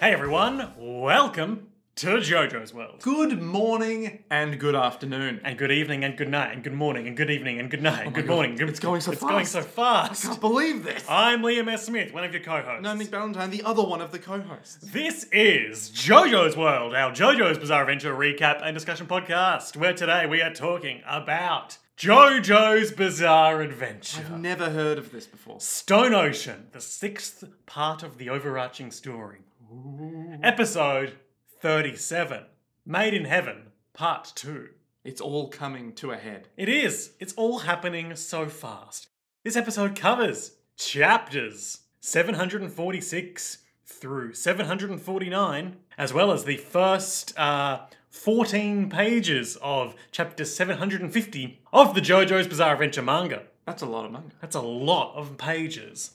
Hey everyone, welcome to JoJo's World. Good morning and good afternoon. And good evening and good night and good morning and good evening and good night and good Oh God, morning. Good, it's going so it's going fast. so I can't fast. believe this. I'm Liam S. Smith, one of your co-hosts. No, Nick Valentine, the other one of the co-hosts. This is JoJo's World, our JoJo's Bizarre Adventure recap and discussion podcast, where today we are talking about JoJo's Bizarre Adventure. I've never heard of this before. Stone Ocean, the sixth part of the overarching story. Episode 37 Made in Heaven, Part 2. It's all coming to a head. It is. It's all happening so fast. This episode covers chapters 746 through 749, as well as the first uh, 14 pages of chapter 750 of the JoJo's Bizarre Adventure manga. That's a lot of manga. That's a lot of pages.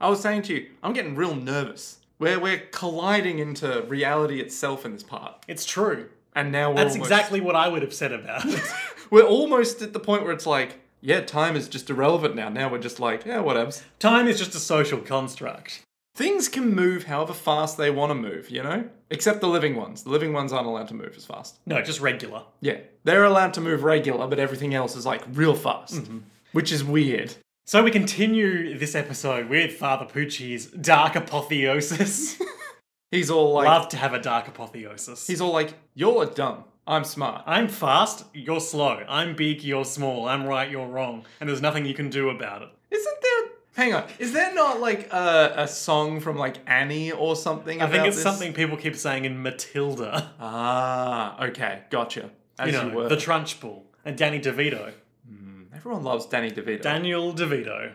I was saying to you, I'm getting real nervous. We're, we're colliding into reality itself in this part. It's true. And now we're That's almost, exactly what I would have said about it. We're almost at the point where it's like, yeah, time is just irrelevant now. Now we're just like, yeah, whatevs. Time is just a social construct. Things can move however fast they want to move, you know? Except the living ones. The living ones aren't allowed to move as fast. No, just regular. Yeah, they're allowed to move regular, but everything else is like real fast, Mm-hmm. which is weird. So we continue this episode with Father Pucci's dark apotheosis. He's all like, Love to have a dark apotheosis. he's all like, you're dumb. I'm smart. I'm fast, you're slow. I'm big, you're small. I'm right, you're wrong. And there's nothing you can do about it. Isn't there? Hang on, is there not like a, a song from like Annie or something? I think it's something people keep saying in Matilda. Ah, okay, gotcha. As You you, know, were. the Trunchbull and Danny DeVito. Everyone loves Danny DeVito. Daniel DeVito.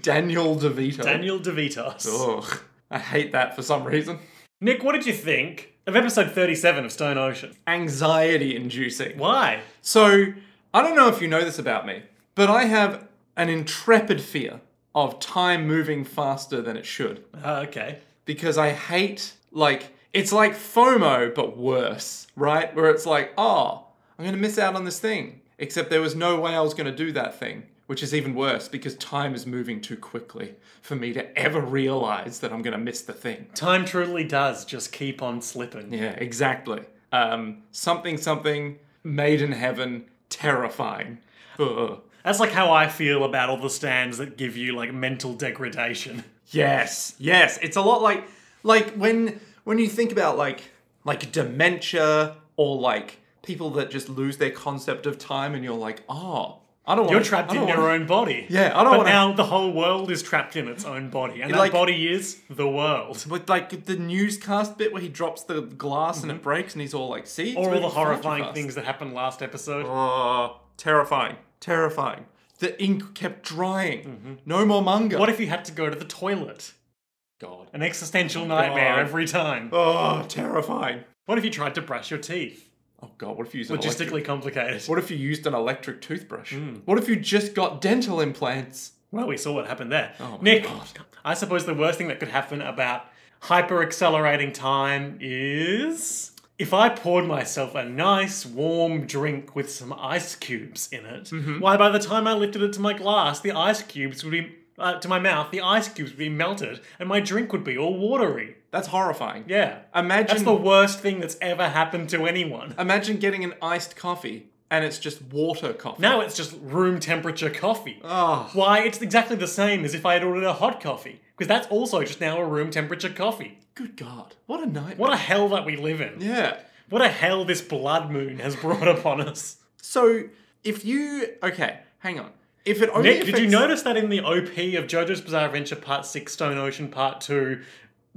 Daniel DeVito. Daniel DeVitos. Ugh, I hate that for some reason. Nick, what did you think of episode 37 of Stone Ocean? Anxiety inducing. Why? So, I don't know if you know this about me, but I have an intrepid fear of time moving faster than it should Uh, okay. because I hate, like, it's like FOMO, but worse, right? Where it's like, oh, I'm going to miss out on this thing. Except there was no way I was going to do that thing, which is even worse because time is moving too quickly for me to ever realize that I'm going to miss the thing. Time truly does just keep on slipping. Yeah, exactly. Um, something, something, made in heaven, terrifying. Ugh. That's like how I feel about all the stands that give you like mental degradation. Yes, yes. It's a lot like like when when you think about like like dementia or like people that just lose their concept of time and you're like, oh, I don't want You're trapped in your wanna, own body. Yeah, I don't But wanna- now the whole world is trapped in its own body, and that like- body is the world. With like the newscast bit where he drops the glass and it breaks and he's all like, see? Mm-hmm. It's Or all moving the far too horrifying fast." things that happened last episode. Oh, terrifying. Terrifying. The ink kept drying. No more manga. Mm-hmm. What if you had to go to the toilet? God. An existential nightmare Oh, God. every time. Oh, terrifying. What if you tried to brush your teeth? Oh god, what if you use an electric Logistically complicated. What if you used an electric toothbrush? Hmm. What if you just got dental implants? Well, we saw what happened there. Oh my Nick, God. I suppose the worst thing that could happen about hyper accelerating time is if I poured myself a nice warm drink with some ice cubes in it. Mm-hmm. Why, by the time I lifted it to my glass, the ice cubes would be. Uh, to my mouth, the ice cubes would be melted, and my drink would be all watery. That's horrifying. Yeah, that's Imagine Uh, the worst thing that's ever happened to anyone. imagine getting an iced coffee and it's just water coffee. Now it's just room temperature coffee. Oh, Why, it's exactly the same as if I had ordered a hot coffee, because that's also just now a room temperature coffee. good god. What a nightmare. What a hell that we live in. yeah. What a hell this blood moon has brought upon us. So if you okay, hang on. If it only Nick, did you affects- notice that in the OP of JoJo's Bizarre Adventure Part 6, Stone Ocean Part 2,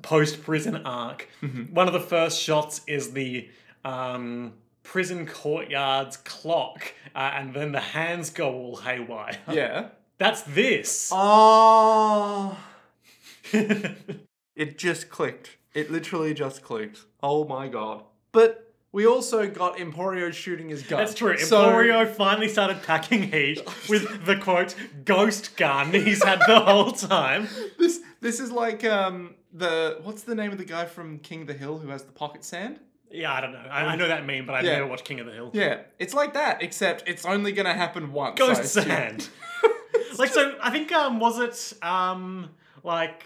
post prison arc, Mm-hmm. one of the first shots is the um, prison courtyard's clock, uh, and then the hands go all haywire. Yeah. That's this. Ah, Oh it just clicked. It literally just clicked. Oh my god. But we also got Emporio shooting his gun. That's true. So- Emporio finally started packing heat with the quote ghost gun he's had the whole time. This this is like um the what's the name of the guy from King of the Hill who has the pocket sand? Yeah, I don't know. I, I know that meme, but I've Yeah. never watched King of the Hill. Yeah, it's like that, except it's only gonna happen once. I Ghost assume. sand. like so, I think um was it um like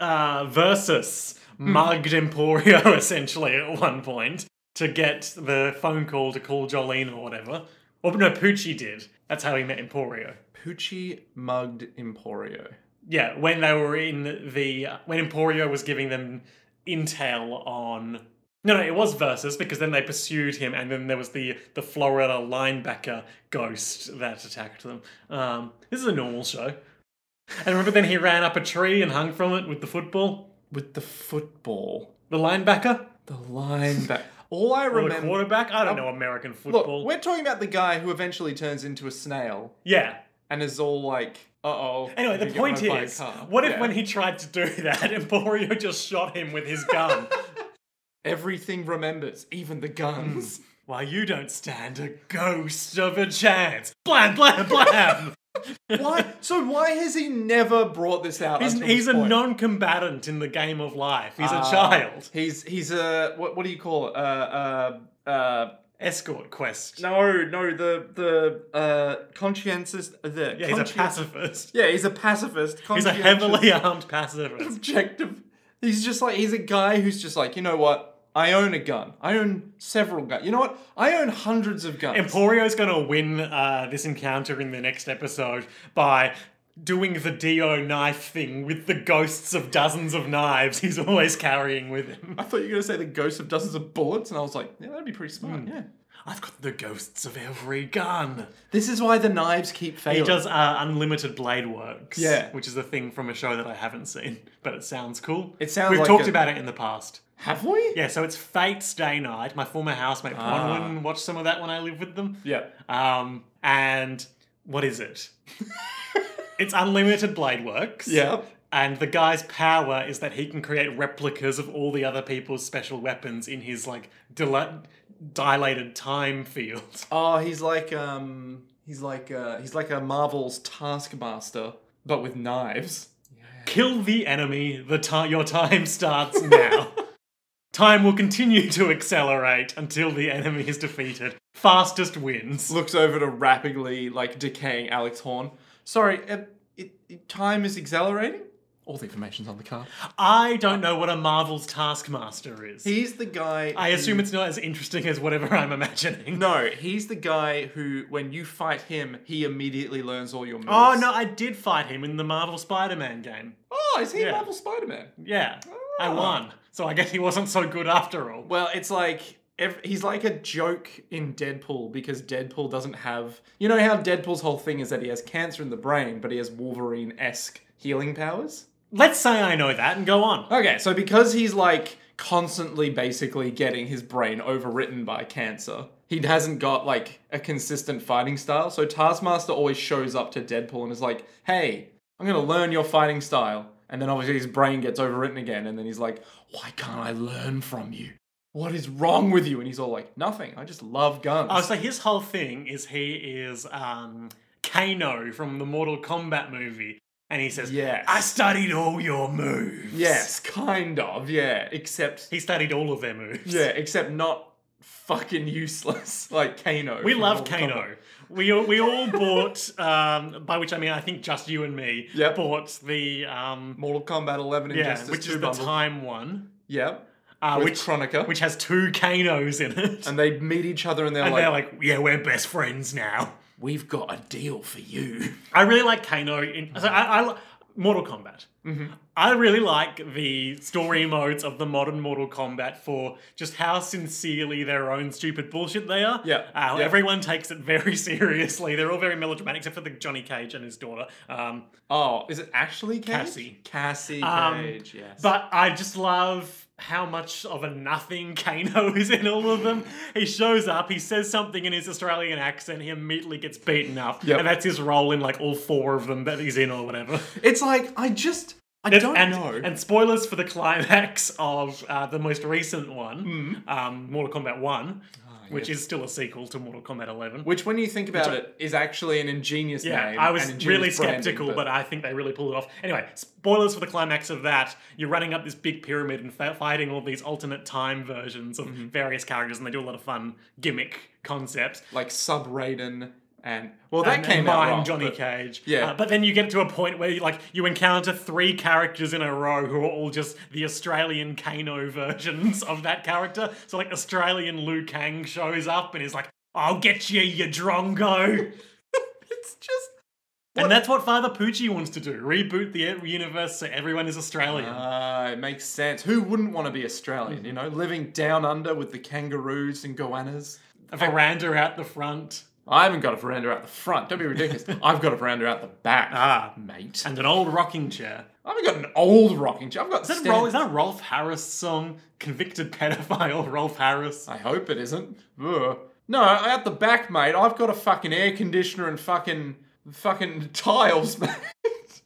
uh versus Hmm. mugged Emporio essentially at one point to get the phone call to call Jolene or whatever. Or no, Poochie did. That's how he met Emporio. Poochie mugged Emporio. Yeah, when they were in the when Emporio was giving them intel on no, no, it was versus because then they pursued him, and then there was the the Florida linebacker ghost that attacked them. Um, this is a normal show. And remember, then he ran up a tree and hung from it with the football. With the football. The linebacker, The linebacker. All I or the remember. quarterback. I don't know American football. Look, we're talking about the guy who eventually turns into a snail yeah. and is all like, uh oh. Anyway, the point is, what if when he tried to do that, Emporio just shot him with his gun? Everything remembers, even the guns. Why you don't stand a ghost of a chance? Blam, blam, blam. why? So why has he never brought this out? Mm. He's, until he's this a point? non-combatant in the game of life. He's Ah. a child. He's he's a what? What do you call it? Uh, uh, uh, Escort quest. no, no. The the uh, conscientious. uh, The yeah, he's a conscien- pacifist. Yeah, he's a pacifist. He's a conscientious- heavily armed pacifist. objective. He's just like he's a guy who's just like you know what. I own a gun. I own several guns. You know what? I own hundreds of guns. Emporio's gonna win uh, this encounter in the next episode by doing the Dio knife thing with the ghosts of dozens of knives he's always carrying with him. I thought you were gonna say the ghost of dozens of bullets, and I was like, yeah, that'd be pretty Hmm. smart. Yeah. I've got the ghosts of every gun. This is why the knives keep failing. He does uh, unlimited blade works. Yeah. which is a thing from a show that I haven't seen, but it sounds cool. It sounds We've like talked a- about it in the past. Have we? Yeah, so it's Fate's Day Night. My former housemate Ah. Bronwyn watched some of that when I lived with them. Yeah. Um, and what is it? it's unlimited blade works. Yeah. And the guy's power is that he can create replicas of all the other people's special weapons in his like dil- dilated time field. Oh, he's like um, he's like uh, he's like a Marvel's Taskmaster, but with knives. Kill the enemy. The ti your time starts now. time will continue to accelerate until the enemy is defeated. Fastest wins. Looks over to rapidly like decaying Alex Horn. Sorry, uh, it, it, time is accelerating. All the information's on the card. I don't know what a Marvel's Taskmaster is. He's the guy. I assume it's not as interesting as whatever I'm imagining. No, he's the guy who, when you fight him, he immediately learns all your moves. Oh no, I did fight him in the Marvel Spider-Man game. Oh, is he Yeah. Marvel Spider-Man? Yeah, I Ah. won. So I guess he wasn't so good after all. Well, it's like ev- he's like a joke in Deadpool because Deadpool doesn't have. You know how Deadpool's whole thing is that he has cancer in the brain, but he has Wolverine esque healing powers? Let's say I know that and go on. Okay, so because he's like constantly basically getting his brain overwritten by cancer, he hasn't got like a consistent fighting style. So Taskmaster always shows up to Deadpool and is like, hey, I'm gonna learn your fighting style. And then obviously his brain gets overwritten again, and then he's like, why can't I learn from you? What is wrong with you? And he's all like, nothing. I just love guns. Oh, so his whole thing is he is um, Kano from the Mortal Kombat movie, and he says, Yes. I studied all your moves." yes, kind of, yeah. Except, he studied all of their moves. yeah, except not fucking useless like Kano. We from love Mortal Kombat. Kano. We all, we all bought, um, by which I mean I think just you and me Yep. bought the um, Mortal Kombat 11 yeah, Injustice which 2 is the bundle. time one, Yep. uh, With which Chronica. which has two Kanos in it, and, and they meet each other and they're, like, they're like, yeah, we're best friends now. we've got a deal for you. I really like Kano. In, Mm-hmm. so I, I li- Mortal Kombat. I really like the story modes of the modern Mortal Kombat for just how sincerely their own stupid bullshit they are. Yeah, Uh, yeah. Everyone takes it very seriously. They're all very melodramatic, except for the Johnny Cage and his daughter. Um, Oh, is it actually Cage? Cassie. Cassie Um, Cage, yes. But I just love how much of a nothing Kano is in all of them. He shows up, he says something in his Australian accent, he immediately gets beaten up. Yep. And that's his role in like all four of them that he's in or whatever. it's like, I just, I And- don't and, know. and spoilers for the climax of uh, the most recent Hmm. one, um, Mortal Kombat 1, Ah, which is still a sequel to Mortal Kombat 11. Which, when you think about it, is actually an ingenious Yeah, name. I and was ingenious really branding, skeptical, but... I think they really pulled it off. Anyway, spoilers for the climax of that. You're running up this big pyramid and fa- fighting all these alternate time Mm-hmm. versions of various characters, and they do a lot of fun gimmick concepts. like Sub Raiden, and well, that and came out mime wrong, Johnny but- Cage. Yeah. Uh, but then you get to a point where you, like you encounter three characters in a row who are all just the Australian Kano versions of that character. So like Australian Liu Kang shows up and is like, "I'll get you, you drongo." It's just and that's what Father Poochie wants to do: reboot the universe so everyone is Australian. Ah, it makes sense. Who wouldn't want to be Australian? You know, Mm-hmm. living down under with the kangaroos and goannas. a veranda out the front I haven't got a veranda out the front. Don't be ridiculous. I've got a veranda out the back. Ah. mate. and an old rocking chair. I haven't got an old rocking chair. I've got. Is that, stand- Rol- is that a Rolf Harris song? Convicted pedophile Rolf Harris. I hope it isn't. Ugh. No, out the back, mate. I've got a fucking air conditioner and fucking fucking tiles, mate.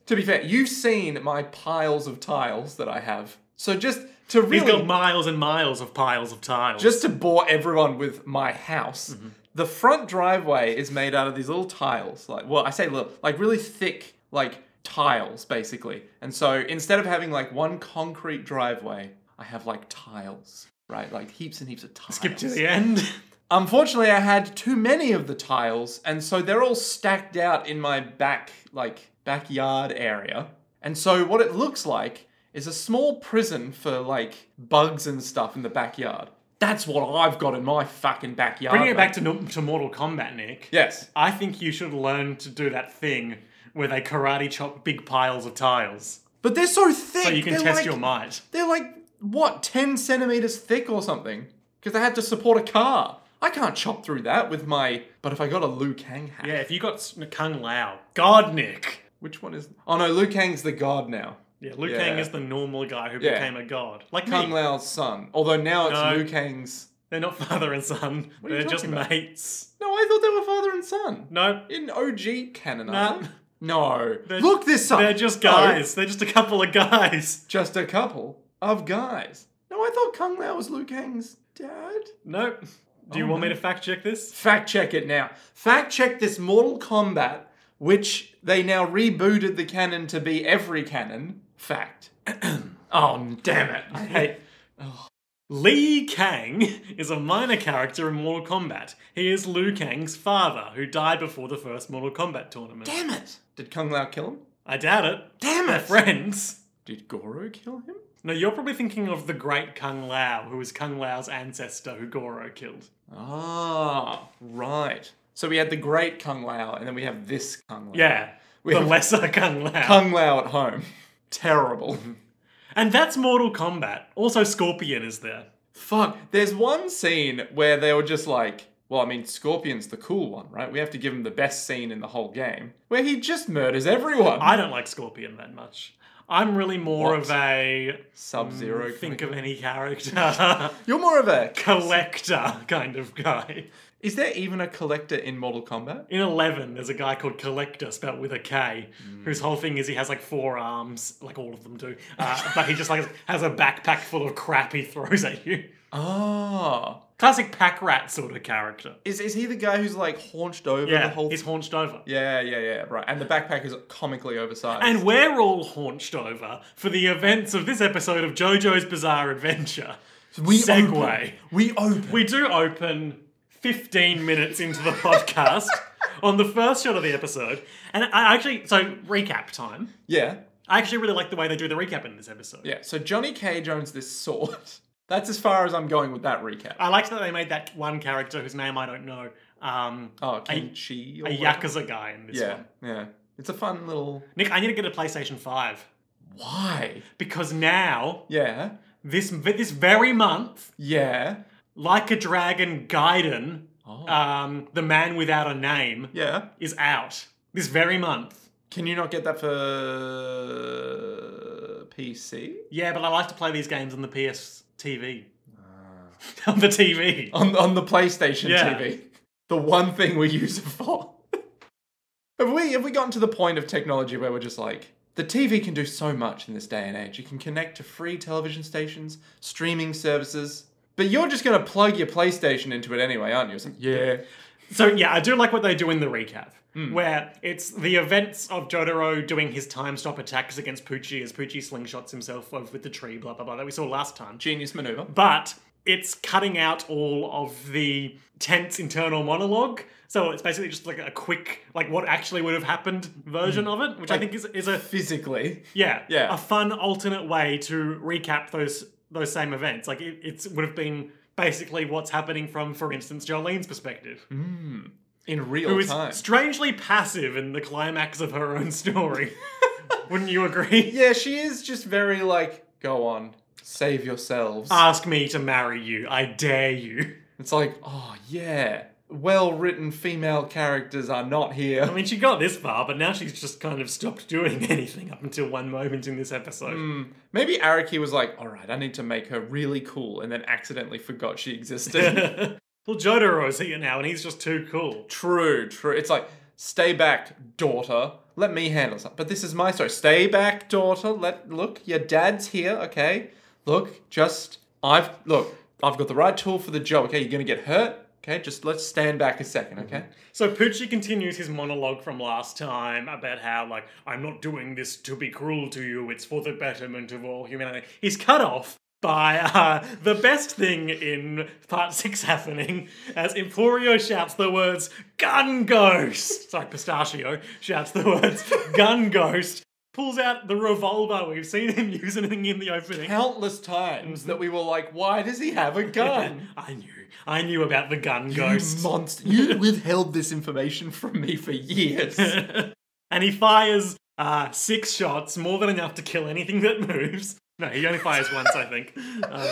to be fair, you've seen my piles of tiles that I have. So just to He's really got miles and miles of piles of tiles. just to bore everyone with my house, Mm-hmm. the front driveway is made out of these little tiles. Like, well, I say little, like really thick, like tiles, basically. And so instead of having like one concrete driveway, I have like tiles, right? Like heaps and heaps of tiles. skip to the end. Unfortunately, I had too many of the tiles, and so they're all stacked out in my back, like, backyard area. And so what it looks like is a small prison for, like, bugs and stuff in the backyard. That's what I've got in my fucking backyard. Bringing it mate. back to, no- to Mortal Kombat, Nick. Yes. I think you should learn to do that thing where they karate chop big piles of tiles But they're so thick. so you can they're test like- your might. They're like, what, 10 centimeters thick or something? Because they had to support a car. I can't chop through that with my. But if I got a Liu Kang hat. Yeah, if you got s- Kung Lao, God, Nick. Which one is. Oh no, Liu Kang's the god now. Yeah, Liu Yeah. Kang is the normal guy who Yeah. became a god, like Kung me. Lao's son. Although now it's No. Liu Kang's. They're not father and son. are you They're just talking about? mates. No, I thought they were father and son. No, In OG canon, Nah. aren't they? No. They're- Look this up. they're just No, guys. They're just a couple of guys. just a couple of guys. No, I thought Kung Lao was Liu Kang's dad. Nope. Do you Oh, want me no. to fact check this? Fact check it now. Fact check this Mortal Kombat, which they now rebooted the canon to be every canon. Fact. oh, damn it. I hate. Lee Kang is a minor character in Mortal Kombat. He is Liu Kang's father, who died before the first Mortal Kombat tournament. Damn it. Did Kung Lao kill him? I doubt it. Damn They're it. friends. Did Goro kill him? No, you're probably thinking of the great Kung Lao, who was Kung Lao's ancestor who Goro killed. Ah, right. So we had the great Kung Lao, and then we have this Kung Lao. Yeah, We the have- lesser Kung Lao. Kung Lao at home. Terrible. Mm-hmm. and that's Mortal Kombat. Also, Scorpion is there. Fuck. There's one scene where they were just like, well, I mean, Scorpion's the cool one, right? We have to give him the best scene in the whole game, where he just murders everyone. I don't like Scorpion that much. I'm really more What? of a Sub Zero. think of any character You're more of a. collector kind of guy. Is there even a collector in Mortal Kombat? In Eleven, there's a guy called Collector, spelled with a K, Mm. whose whole thing is he has like four arms, like all of them do, uh, but he just like has a backpack full of crap he throws at you. Ah. Classic pack rat sort of character. Is, is he the guy who's like haunched over Yeah, the whole he's haunched over. Yeah, yeah, yeah, right. And the backpack is comically oversized. And we're all haunched over for the events of this episode of JoJo's Bizarre Adventure. we Segway. Open. We open. We do open 15 minutes into the podcast on the first shot of the episode. And I actually, so recap time. Yeah. I actually really like the way they do the recap in this episode. Yeah, so Johnny Cage owns this sword. That's as far as I'm going with that recap. I liked that they made that one character whose name I don't know, um, oh, Kenchi. or a whatever. Yakuza guy in this Yeah, one. yeah. It's a fun little. Nick, I need to get a PlayStation 5 Why? because now, Yeah, this, this very month, yeah. Like a Dragon Gaiden, Oh. um, The Man Without a Name, yeah. is out this very month. Can you not get that for PC? Yeah, but I like to play these games on the PS TV. Ah. on the TV. On, on the PlayStation Yeah. TV. The one thing we use it for. have we have we gotten to the point of technology where we're just like the TV can do so much in this day and age. You can connect to free television stations, streaming services, but you're just going to plug your PlayStation into it anyway, aren't you? It's like, yeah. So yeah, I do like what they do in the recap, Hmm. where it's the events of Jotaro doing his time stop attacks against Poochie as Poochie slingshots himself over with the tree, blah blah blah, that we saw last time. Genius maneuver. But it's cutting out all of the tense internal monologue. So it's basically just like a quick, like what actually would have happened version of it, which I Hmm. Like- think is, is a physically. yeah, Yeah. a fun alternate way to recap those those same events. Like it it's, would have been basically what's happening from, for instance, Jolene's perspective, In real who is time. strangely passive in the climax of her own story. Wouldn't you agree? yeah, she is just very like, go on, save yourselves. Ask me to marry you. I dare you. it's like, oh yeah, well written female characters are not here. I mean, she got this far, but now she's just kind of stopped doing anything up until one moment in this episode. Maybe Araki was like, all right, I need to make her really cool, and then accidentally forgot she existed. well, Jotaro's here now, and he's just too cool. true, true. It's like, stay back, daughter. Let me handle something. But this is my story. Stay back, daughter. Let look, your dad's here, okay? Look, just I've look, I've got the right tool for the job, okay? You're gonna get hurt. Okay, just let's stand back a second, okay? So Poochie continues his monologue from last time about how, like, I'm not doing this to be cruel to you, it's for the betterment of all humanity. He's cut off by uh, the best thing in part six happening as Emporio shouts the words, Gun Ghost! Sorry, Pistachio shouts the words, Gun Ghost. Pulls out the revolver we've seen him using in the opening. Countless times that we were like, why does he have a gun? I knew. I knew about the gun you ghost. monster. You withheld this information from me for years. and he fires uh, six shots, more than enough to kill anything that moves. No, he only fires once, I think. Um,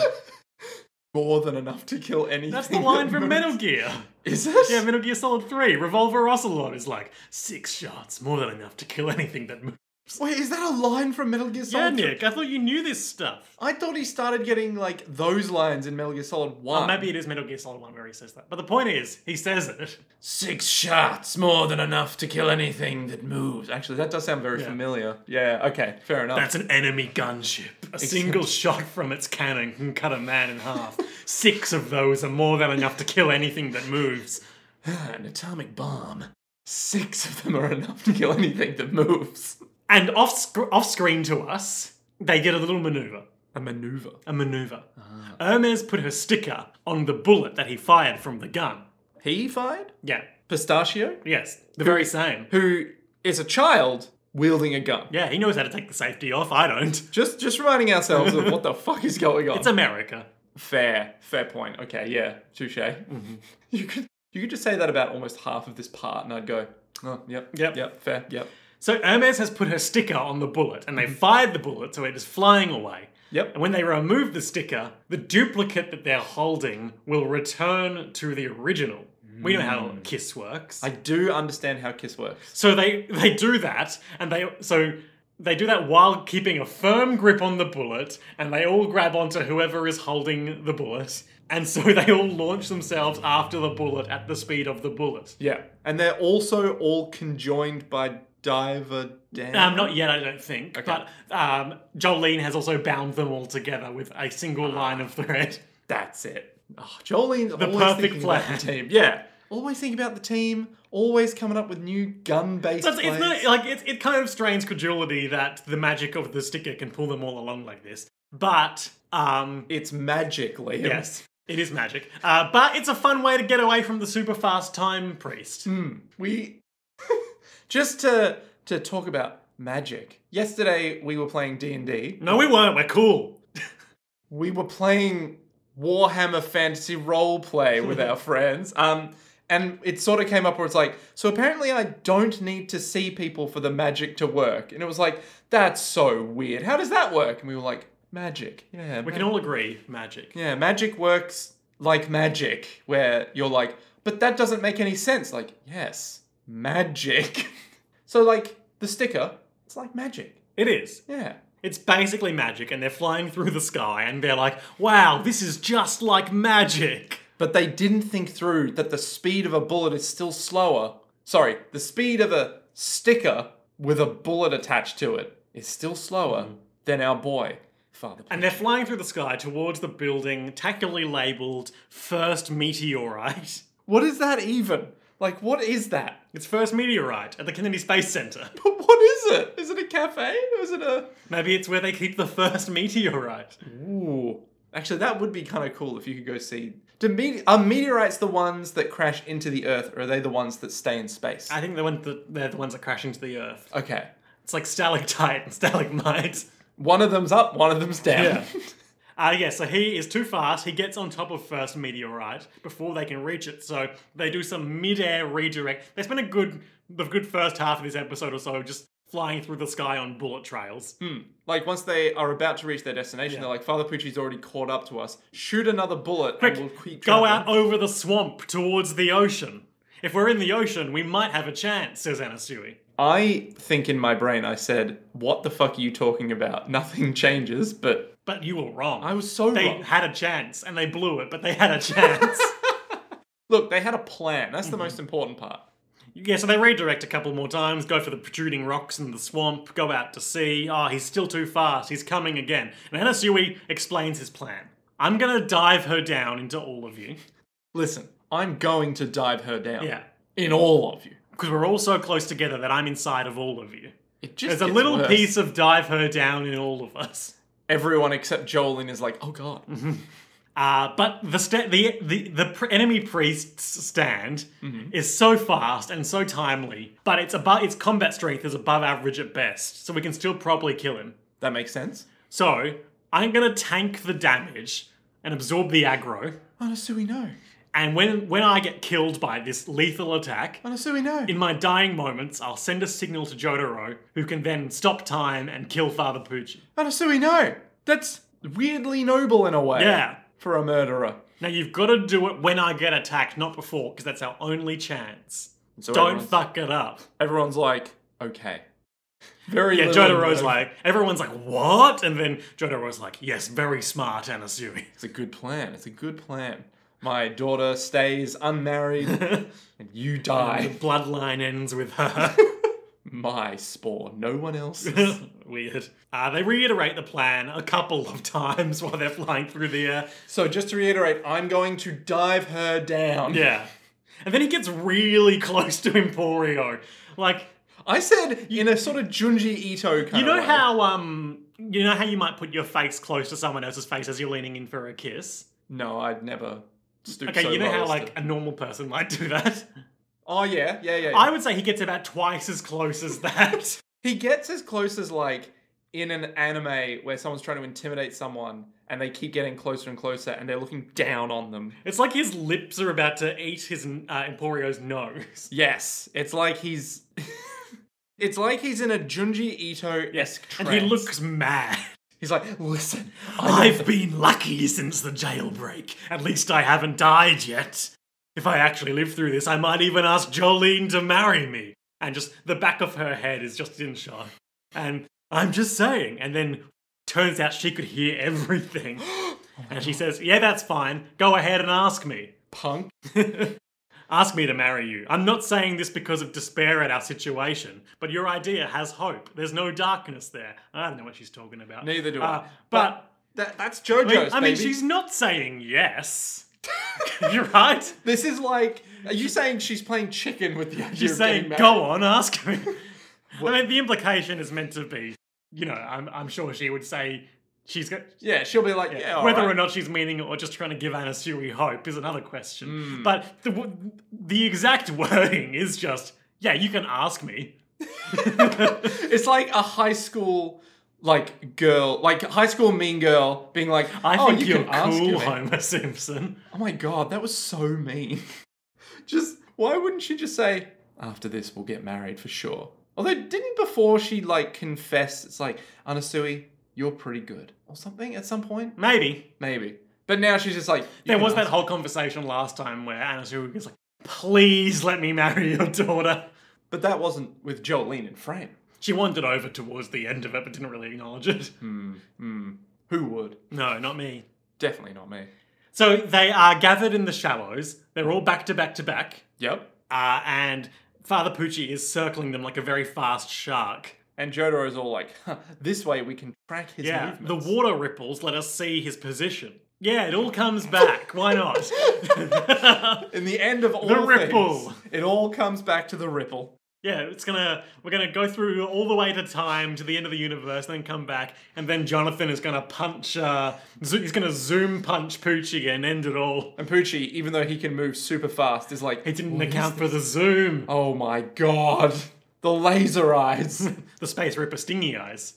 more than enough to kill anything. that's the that line from moves. Metal Gear. Is it? Yeah, Metal Gear Solid 3. Revolver Ocelot is like, six shots, more than enough to kill anything that moves. Wait, is that a line from Metal Gear Yeah, Solid? Nick, I thought you knew this stuff. I thought he started getting like those lines in Metal Gear Solid One. Or Oh, maybe it is Metal Gear Solid 1 where he says that. But the point is, he says it. six shots, more than enough to kill anything that moves. Actually, that does sound very familiar. Yeah. Okay. Fair enough. That's an enemy gunship. A single shot from its cannon can cut a man in half. Six of those are more than enough to kill anything that moves. an atomic bomb. Six of them are enough to kill anything that moves. And off, sc- off screen to us, they get a little maneuver. A maneuver. A maneuver. Hermes put her sticker on the bullet that he fired from the gun. He fired Yeah, pistachio, yes, the very same. who is a child wielding a gun. Yeah, he knows how to take the safety off. I don't. Just, just reminding ourselves of what the fuck is going on. It's America. Fair, fair point. Okay, yeah, touche. Mm-hmm. You could you could just say that about almost half of this part, and I'd go, oh, yep, Yep. yep, fair, yep, So Hermes has put her sticker on the bullet, and they fired the bullet, so it is flying away. yep. And when they remove the sticker, the duplicate that they're holding will return to the original. We know how Kiss works. I do understand how Kiss works. So they they do that, and they so they do that while keeping a firm grip on the bullet, and they all grab onto whoever is holding the bullet, and so they all launch themselves after the bullet at the speed of the bullet. Yeah, and they're also all conjoined by Diver Dan. Um, not yet, I don't think. But um, Jolene has also bound them all together with a single line of thread. That's it. Oh, Jolene's the always perfect thinking about plan. the team. Yeah, always thinking about the team. Always coming up with new gun-based. So it's, it's not, plays. like it, it kind of strains credulity that the magic of the sticker can pull them all along like this. But um, It's magic, Liam. Yes, it is magic. Uh, but it's a fun way to get away from the super fast time priest. Hmm, We just to to talk about magic. Yesterday we were playing D and D. No, we weren't. We're cool. We were playing Warhammer Fantasy Roleplay with our friends. Um, and it sort of came up where it's like, so apparently I don't need to see people for the magic to work. And it was like, that's so weird. How does that work? And we were like, magic. Yeah, We can all agree, magic. Yeah, magic works like magic, where you're like, but that doesn't make any sense. Like, yes, magic. so, like, the sticker, it's like magic. It is. Yeah. It's basically magic, and they're flying through the sky, and they're like, "Wow, this is just like magic." But they didn't think through that the speed of a bullet is still slower. Sorry, the speed of a sticker with a bullet attached to it is still slower than our boy, Father. And they're flying through the sky towards the building, tactily labeled First Meteorite. What is that even? Like, what is that? It's First Meteorite at the Kennedy Space Center. But what is it? Is it a cafe? Is it a. Maybe it's where they keep the first meteorite. Ooh. Actually, that would be kind of cool if you could go see. Do mete- are meteorites the ones that crash into the Earth, or are they the ones that stay in space? I think the one that they're the ones that crash into the earth. Okay, It's like stalactite and stalagmite. one of them's up, one of them's down. Yeah. Uh, yeah, so he is too fast. He gets on top of first meteorite before they can reach it. So they do some mid-air redirect. They spend a good the good first half of this episode or so just flying through the sky on bullet trails. Hmm, like once they are about to reach their destination, Yeah. they're like, "Father Pucci's already caught up to us. Shoot another bullet, Quick, and we'll keep Go traveling." out over the swamp towards the ocean. If we're in the ocean, we might have a chance, says Anasui. I think in my brain, I said, "What the fuck are you talking about? Nothing changes." But But you were wrong. I was so they wrong. had a chance and they blew it, but they had a chance. Look, they had a plan. That's Mm-hmm. the most important part. yeah, so they redirect a couple more times, go for the protruding rocks in the swamp, go out to sea. Ah, he's still too fast. He's coming again. And Anasui explains his plan. I'm gonna dive her down into all of you. Listen, I'm going to dive her down. Yeah. in all of you. Because we're all so close together that I'm inside of all of you. It just There's a gets little worse. piece of dive her down in all of us. Everyone except Jolene is like, "Oh god." Uh, but the, sta- the the the pr- enemy priest's stand Mm-hmm. is so fast and so timely, but it's above its combat strength is above average at best, so we can still probably kill him. That makes sense. So I'm gonna tank the damage and absorb the aggro, Anasui no. and when when I get killed by this lethal attack, Anasui no. in my dying moments, I'll send a signal to Jotaro, who can then stop time and kill Father Pucci. Anasui no. That's weirdly noble in a way. Yeah. For a murderer. Now you've got to do it when I get attacked, not before, because that's our only chance. So Don't everyone's- fuck it up. Everyone's like, okay. Very Yeah, little Jotaro's info. like, everyone's like, what? And then Jotaro's like, yes, very smart, Anasui. It's a good plan. It's a good plan. My daughter stays unmarried and you The die. bloodline ends with her. My spore. No one else. Weird. Uh, they reiterate the plan a couple of times while they're flying through the air. so just to reiterate, I'm going to dive her down. Yeah. And then he gets really close to Emporio. Like, I said in a sort of Junji Ito kind you know of way. how um you know how you might put your face close to someone else's face as you're leaning in for a kiss? No, I'd never stoop Okay, so you know low how as like to- a normal person might do that? Oh yeah, yeah, yeah. yeah. I would say he gets about twice as close as that. He gets as close as like in an anime where someone's trying to intimidate someone and they keep getting closer and closer and they're looking down on them. It's like his lips are about to eat his uh, Emporio's nose. Yes, it's like he's It's like he's in a Junji Ito-esque And he trance. looks mad. He's like, "Listen, I I've been lucky since the jailbreak. At least I haven't died yet. If I actually live through this, I might even ask Jolene to marry me. And just the back of her head is just in shot. And I'm just saying. And then turns out she could hear everything. and she says, Yeah, that's fine. Go ahead and ask me. punk." Ask me to marry you. I'm not saying this because of despair at our situation, but your idea has hope. There's no darkness there. I don't know what she's talking about. Neither do Uh, I. but That, that's I mean, JoJo's I mean, baby. she's not saying yes. You're right. This is like, are you saying she's playing chicken with the idea She's of saying, getting married? "Go on, ask me." I mean, the implication is meant to be, you know, I'm, I'm sure she would say she's got Yeah, she'll be like, yeah, all Whether right." or not she's meaning it or just trying to give Anna Sui hope is another question. Hmm. But the, w- the exact wording is just, yeah, you can ask me. It's like a high school like girl, like high school mean girl, being like, I "Oh, think you you are can ask cool, him." Homer Simpson. Oh my god, that was so mean. just why wouldn't she just say, "After this, we'll get married for sure"? Although, didn't before she like confess? It's like Anasui, you're pretty good, or something at some point, Maybe. maybe. But now she's just like, "You There can was that ask." whole conversation last time where Anna Sui was like, please let me marry your daughter. But that wasn't with Jolene in frame. She wandered over towards the end of it but didn't really acknowledge it. Who would? No, not me. Definitely not me. So they are gathered in the shallows. They're all back to back to back. Yep. Uh, and Father Pucci is circling them like a very fast shark. And Jodoro's all like, huh, "This way we can track his Yeah, movements." the water ripples let us see his position. Yeah, it all comes back. Why not? In the end of all ripple. things, it all comes back to the ripple. Yeah, it's gonna we're gonna go through all the way to time to the end of the universe, then come back, and then Jonathan is gonna punch. Uh, zo- he's gonna zoom punch Poochie and end it all. And Poochie, even though he can move super fast, is like, He didn't account for the zoom, oh my god, the laser eyes. the space ripper stingy eyes.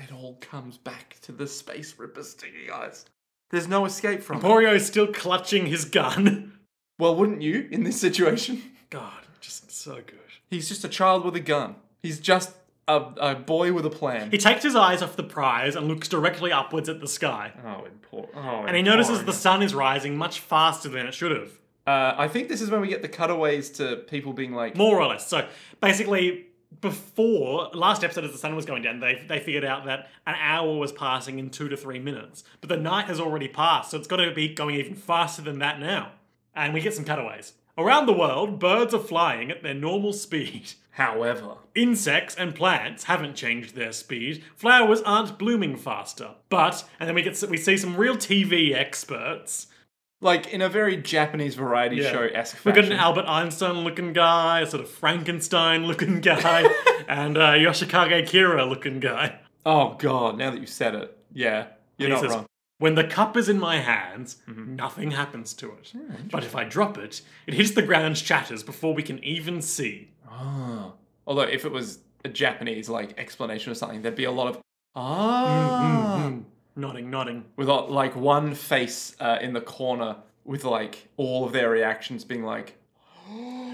it all comes back to the space ripper stingy eyes. There's no escape from it. Porio is still clutching his gun. Well, wouldn't you in this situation? God, just so good. He's just a child with a gun. He's just a, a boy with a plan. He takes his eyes off the prize and looks directly upwards at the sky. Oh, important. Oh, And he notices the sun is rising much faster than it should have. Uh, I think this is when we get the cutaways to people being like, More or less. So basically, before last episode, as the sun was going down, they they figured out that an hour was passing in two to three minutes, but the night has already passed, so it's got to be going even faster than that now. And we get some cutaways around the world. Birds are flying at their normal speed. however. Insects and plants haven't changed their speed. Flowers aren't blooming faster. But and then we get we see some real TV experts. Like in a very Japanese variety Yeah. show esque We've fashion. got an Albert Einstein looking guy, a sort of Frankenstein looking guy, and uh, Yoshikage Kira looking guy. oh, God, now that you said it. Yeah, you're He not says, wrong. Mm-hmm. When the cup is in my hands, nothing happens to it. but if I drop it, it hits the ground and shatters before we can even see. Ah. Although, if it was a Japanese like explanation or something, there'd be a lot of ah. Mm, Nodding, nodding. with uh, like one face uh, in the corner with like all of their reactions being like,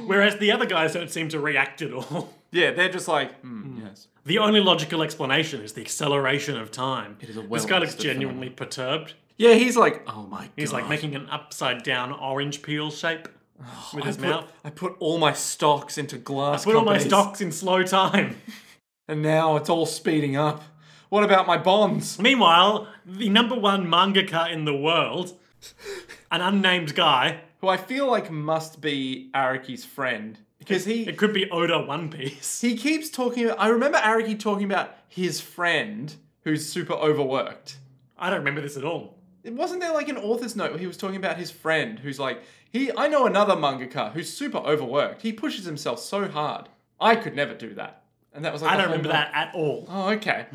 Whereas the other guys don't seem to react at all. yeah, they're just like, hmm, Mm. yes. The only logical explanation is the acceleration of time. is this guy a looks well-understood genuinely perturbed. Yeah, he's like, oh my god. He's like making an upside down orange peel shape with I his put, mouth. I put all my stocks into glass. Put all my companies, stocks in slow time. and now it's all speeding up. What about my bonds? Meanwhile, the number one mangaka in the world, an unnamed guy, Who I feel like must be Araki's friend because he it could be Oda One Piece. he keeps talking. I remember Araki talking about his friend who's super overworked. I don't remember this at all. It wasn't there like an author's note where he was talking about his friend who's like, he I know another mangaka who's super overworked. He pushes himself so hard. I could never do that. And that was like I the don't whole remember note. that Mm-hmm. at all. Oh, okay.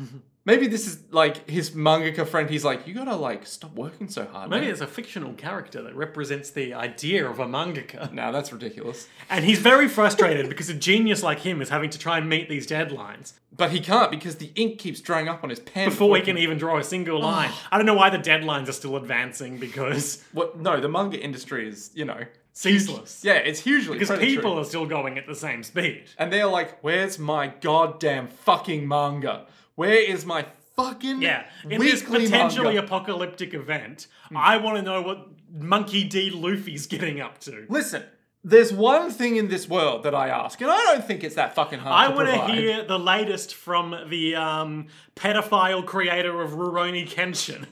Maybe this is like his mangaka friend. He's like, you gotta like stop working so hard. Maybe man." it's a fictional character that represents the idea of a mangaka. no, that's ridiculous. And he's very frustrated because a genius like him is having to try and meet these deadlines But he can't because the ink keeps drying up on his pen. before we can even draw a single Oh. line. I don't know why the deadlines are still advancing because What? No, the manga industry is you know. ceaseless. Yeah, it's hugely Because predatory. people are still going at the same speed. and they're like, "Where's my goddamn fucking manga? Where is my fucking Yeah, in this weekly potentially manga?" apocalyptic event, I want to know what Monkey D. Luffy's getting up to. Listen, there's one thing in this world that I ask, and I don't think it's that fucking hard. I to want to provide. hear the latest from the um, pedophile creator of Rurouni Kenshin.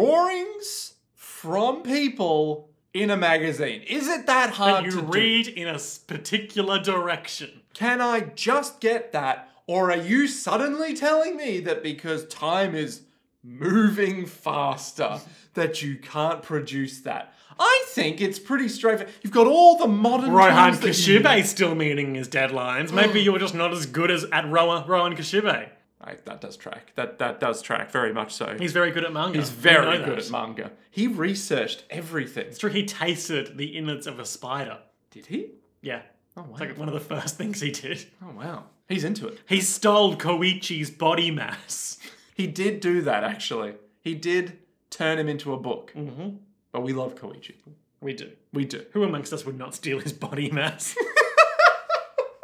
drawings from people in a magazine. Is it that hard You to read? read in a s- particular direction. Can I just get that? Or are you suddenly telling me that because time is moving faster that you can't produce that? I think it's pretty straightforward. You've got all the modern Rohan tools that you- Kashibe still meeting his deadlines. Maybe you're just not as good as at Rohan, Rohan Kashibe. I, that does track. That that does track very much so. He's very good at manga. He's very good at manga. He researched everything. manga. He tasted the innards of a spider. Did he? Yeah. Oh wow. It's like one of the first things he did. oh wow. He's into it. He stole Koichi's body mass. He did do that, actually. He did turn him into a book. Mm-hmm. But we love Koichi. We do. We do. Who amongst us would not steal his body mass?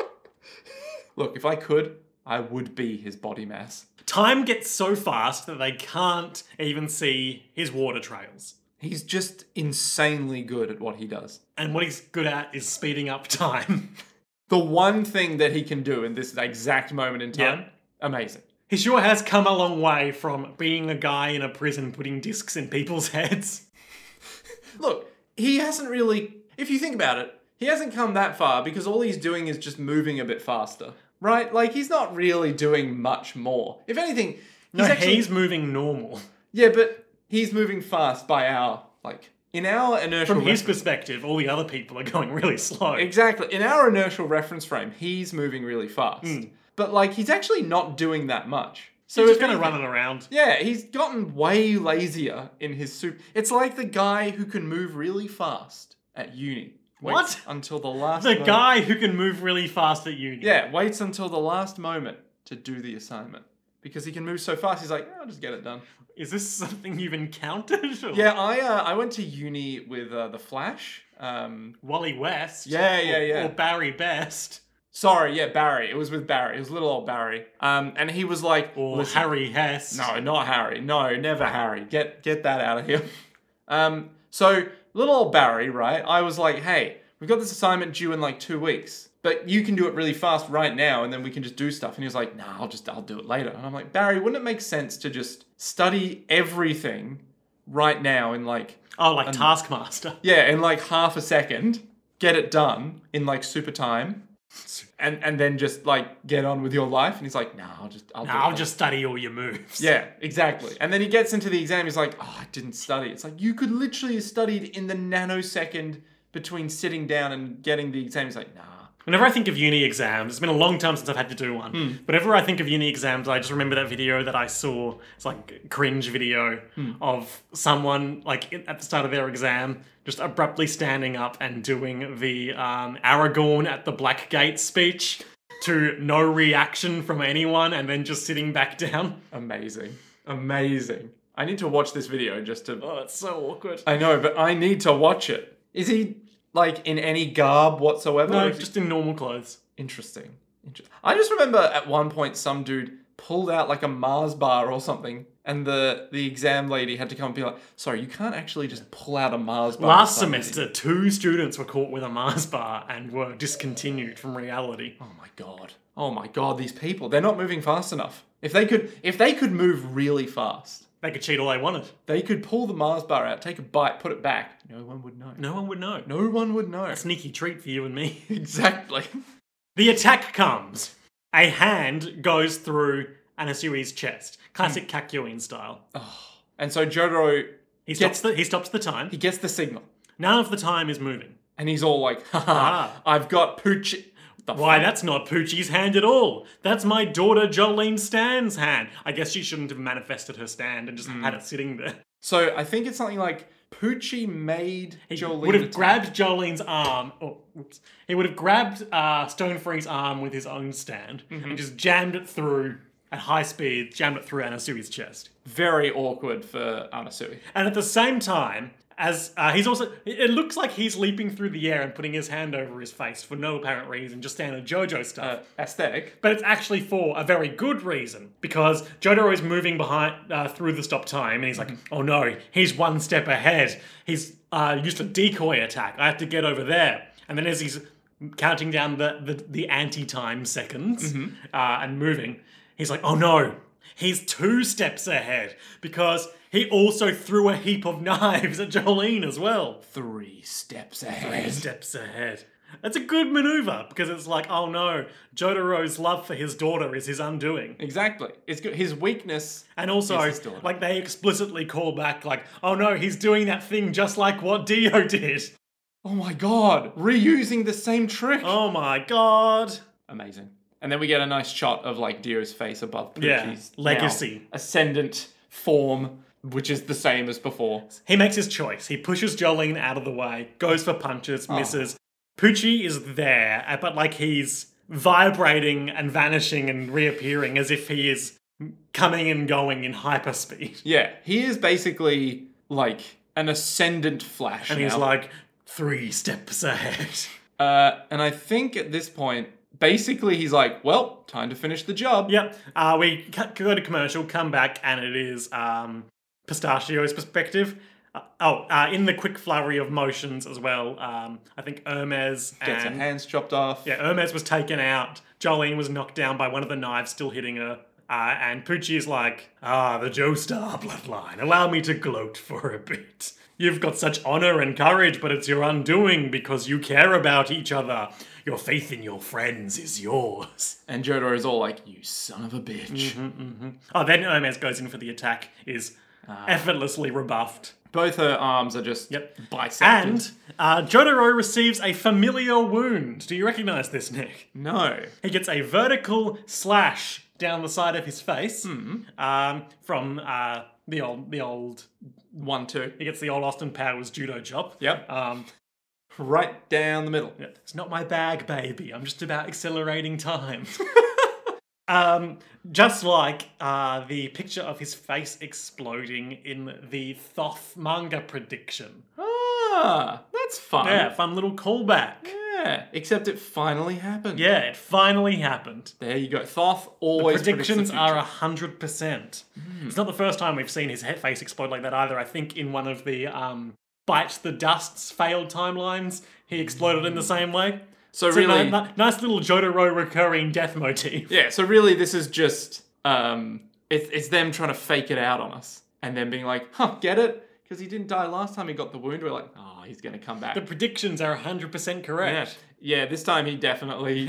Look, if I could, I would be his body mass. Time gets so fast that they can't even see his water trails. He's just insanely good at what he does. And what he's good at is speeding up time. The one thing that he can do in this exact moment in time, Yeah. amazing. He sure has come a long way from being a guy in a prison putting discs in people's heads. Look, he hasn't really, if you think about it, he hasn't come that far because all he's doing is just moving a bit faster, right? Like, he's not really doing much more. If anything, he's No, actually he's moving normal. Yeah, but he's moving fast by our like in our inertial From his reference- perspective, all the other people are going really slow. Exactly. In our inertial reference frame, he's moving really fast. But like he's actually not doing that much. So Hmm. He's just if kind of anything- running around. Yeah, he's gotten way lazier in his soup. It's like the guy who can move really fast at uni. Waits What? Until the last The moment- guy who can move really fast at uni. Yeah, waits until the last moment to do the assignment. Because he can move so fast, he's like, I'll just get it done. Is this something you've encountered? Or- Yeah, I uh, I went to uni with uh, the Flash. Um, Wally West. Yeah, or- yeah, yeah. Or Barry Best. sorry, yeah, Barry. It was with Barry. It was little old Barry. Um, and he was like, Or "Listen, Harry Hess. No, not Harry. No, never Harry. Get get that out of here. Um, so little old Barry, right? I was like, hey, we've got this assignment due in like two weeks, but you can do it really fast right now, and then we can just do stuff. And he was like, nah, I'll just I'll do it later. And I'm like, Barry, wouldn't it make sense to just study everything right now in like Oh, like Taskmaster. yeah, in like half a second, get it done in like super time. And and then just like get on with your life, and he's like, "Nah, I'll just, I'll, do it I'll later." just study all your moves. Yeah, exactly. And then he gets into the exam. He's like, "Oh, I didn't study." It's like you could literally have studied in the nanosecond between sitting down and getting the exam. He's like, "Nah." Whenever I think of uni exams, it's been a long time since I've had to do one. Hmm. Whenever I think of uni exams, I just remember that video that I saw. It's like a cringe video Hmm. of someone like in- at the start of their exam, just abruptly standing up and doing the um, Aragorn at the Black Gate speech to no reaction from anyone, and then just sitting back down. Amazing, amazing. I need to watch this video just to. Oh, it's so awkward. I know, but I need to watch it. Is he like in any garb whatsoever? No, Or is he- just in normal clothes. Interesting. Interesting. I just remember at one point some dude pulled out like a Mars bar or something, and the the exam lady had to come and be like, "Sorry, you can't actually just pull out a Mars bar." Last Sorry." semester, two students were caught with a Mars bar and were discontinued from reality. Oh my god. Oh my god, these people, they're not moving fast enough. If they could if they could move really fast, They could cheat all they wanted. they could pull the Mars bar out, take a bite, put it back. No one would know. No one would know. No one would know. Sneaky treat for you and me. Exactly. The attack comes. A hand goes through Anasui's chest. Classic Kakyoin style. And so Jotaro He stops the he stops the time. he gets the signal None of the time is moving. and he's all like, "Ha ha, Ah. I've got pooch the Why, fuck? that's not Poochie's hand at all. That's my daughter Jolene Stan's hand. I guess she shouldn't have manifested her stand and just had it sitting there. So I think it's something like Poochie made He Jolene would have attack. grabbed Jolene's arm. Oh, oops. He would have grabbed uh, Stoneferry's arm with his own stand Mm-hmm. and just jammed it through at high speed, jammed it through Anasui's chest. very awkward for Anasui. And at the same time, as uh, he's also, it it looks like he's leaping through the air and putting his hand over his face for no apparent reason, just standard JoJo stuff. Uh, aesthetic. but it's actually for a very good reason because Jotaro is moving behind uh, through the stop time, and he's like, "Oh no, he's one step ahead. He's uh, used a decoy attack. I have to get over there." And then as he's counting down the the, the anti time seconds uh, and moving, he's like, "Oh no." He's two steps ahead because he also threw a heap of knives at Jolene as well Three steps ahead. steps ahead. That's a good maneuver because it's like, oh no, Jotaro's love for his daughter is his undoing. Exactly. It's good. His weakness And also, Yes, his daughter. like, they explicitly call back, like, oh no, he's doing that thing just like what Dio did. Oh my god, reusing the same trick. Oh my god. Amazing. And then we get a nice shot of like Dio's face above Yeah, Poochie's legacy. now ascendant form, which is the same as before. He makes his choice. He pushes Jolene out of the way, goes for punches, Oh. misses. Poochie is there, uh, but like he's vibrating and vanishing and reappearing as if he is coming and going in hyperspeed. Yeah, he is basically like an ascendant flash. And now. he's like, three steps ahead. uh, and I think at this point, basically, he's like, well, time to finish the job. Yep. Uh, we cut, go to commercial, come back, and it is um, Pistachio's perspective. Uh, oh, uh, in the quick flurry of motions as well, um, I think Hermes Gets her and hands chopped off. yeah, Hermes was taken out. Jolene was knocked down by one of the knives still hitting her. Uh, and Poochie is like, ah, the Joestar bloodline. Allow me to gloat for a bit. You've got such honor and courage, but it's your undoing because you care about each other. Your faith in your friends is yours. And Jotaro is all like, you son of a bitch. Mm-hmm. Oh, then Hermes goes in for the attack, is effortlessly rebuffed. Both her arms are just Yep. bisected. And uh, Jotaro receives a familial wound. Do you recognize this, Nick? no. He gets a vertical slash down the side of his face um, from uh, the old the old. One, two. He gets the old Austin Powers judo job. Yep. Um, Right down the middle. yeah, it's not my bag, baby. I'm just about accelerating time. um, just like uh, the picture of his face exploding in the Thoth manga prediction. Ah, that's fun. Yeah, fun little callback. Yeah, Except it finally happened. Yeah, it finally happened. There you go. Thoth always predicts the predictions future. Hmm. are 100%. It's not the first time we've seen his he- face explode like that either. I think in one of the um, Bite the Dust's failed timelines, he exploded in the same way. Hmm. So It's a really, ni- ni- nice little Jotaro recurring death motif. yeah. So really, this is just um, it's it's them trying to fake it out on us, and then being like, "Huh, get it? Because he didn't die last time. He got the wound. We're like, oh, he's gonna come back." The predictions are 100% yeah. correct. yeah, this time he definitely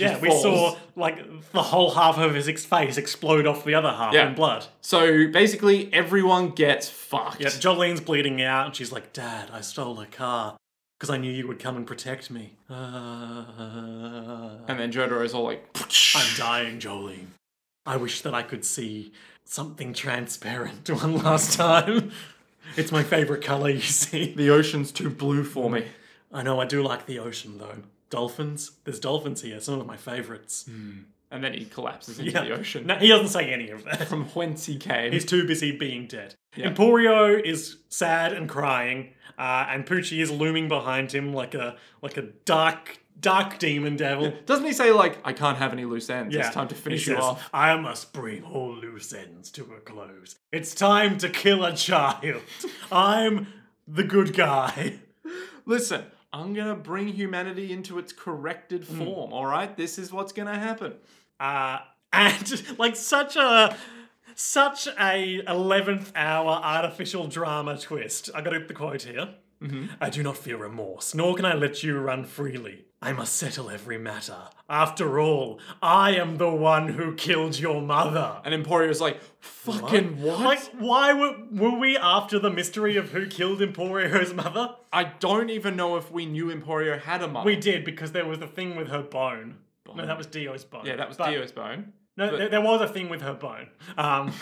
Yeah, just we falls. saw like the whole half of his ex- face explode off the other half Yeah. in blood. So basically, everyone gets fucked. Yeah, Jolene's bleeding out, and she's like, "Dad, I stole a car because I knew you would come and protect me." Uh, And then Jotaro's all like, I'm dying, Jolene. I wish that I could see something transparent one last time. It's my favorite color, you see. the ocean's too blue for me. I know I do like the ocean though. Dolphins? There's dolphins here. Some of my favorites. And then he collapses into Yeah. Mm, the ocean. No, he doesn't say any of that. From whence he came. He's too busy being dead. Yeah. Emporio is sad and crying, uh, and Poochie is looming behind him like a like a dark dark demon devil. Doesn't he say, like, I can't have any loose ends? It's time to He finish you says, off. I must bring all loose ends to a close. It's time to kill a child. I'm the good guy. Listen, I'm going to bring humanity into its corrected Mm. form, all right? This is what's going to happen. Uh, and like such a such a 11th hour artificial drama twist. I got the quote here. Mm-hmm. I do not feel remorse, nor can I let you run freely. I must settle every matter. After all, I am the one who killed your mother. And Emporio's like, fucking what? Like, why were, were we after the mystery of who killed Emporio's mother? I don't even know if we knew Emporio had a mother. We did because there was the thing with her bone. No, that was Dio's bone. yeah, that was But- Dio's bone. No, there, there was a thing with her bone. Um,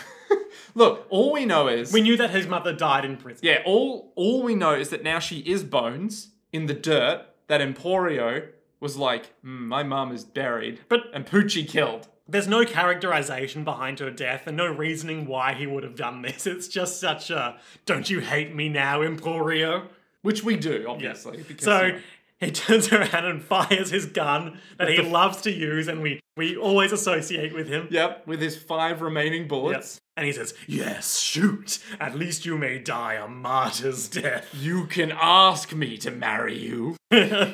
Look, all we know is. we knew that his mother died in prison. Yeah, all all we know is that now she is bones in the dirt that Emporio was like, "Hmm, my mom is buried, But- and Poochie killed. There's no characterization behind her death and no reasoning why he would have done this. It's just such a don't you hate me now, Emporio? Which we do, obviously. Because, you So know, he turns around and fires his gun that he loves to use and we, we always associate with him. yep, with his five remaining bullets, And he says, Yes, shoot. At least you may die a martyr's death. you can ask me to marry you. uh,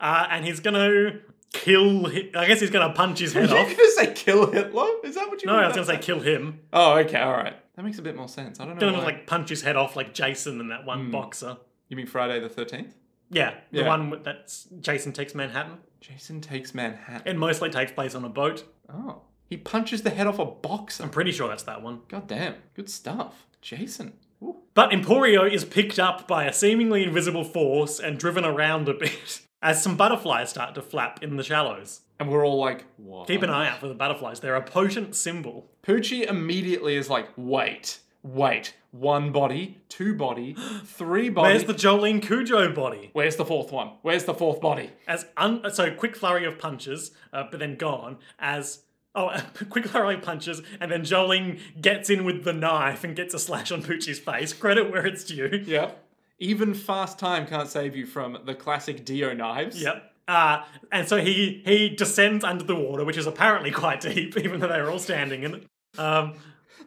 and he's gonna kill. Hi- I guess he's gonna punch his head Are off. you gonna say kill Hitler? Is that what you? No, I was gonna say kill him. Oh, okay, all right. That makes a bit more sense. I don't know. Gonna why. like punch his head off like Jason in that one boxer. you mean Friday the Thirteenth? Yeah, the Yeah. one with- that's Jason takes Manhattan. Jason takes Manhattan. It mostly takes place on a boat. oh, he punches the head off a boxer. I'm pretty sure that's that one. God damn, good stuff, Jason. Ooh. But Emporio is picked up by a seemingly invisible force and driven around a bit as some butterflies start to flap in the shallows. And we're all like, what? Keep an eye out for the butterflies. They're a potent symbol. Poochie immediately is like, wait, wait. One body, two body, three body. Where's the Jolene Cujo body? Where's the fourth one? Where's the fourth body? As un- so quick flurry of punches, uh, but then gone. As oh, quick flurry of punches, and then Jolene gets in with the knife and gets a slash on Poochie's face. Credit where it's due. Yep. Even fast time can't save you from the classic Dio knives. Yep. Uh, and so he he descends under the water, which is apparently quite deep, even though they were all standing in it. Um,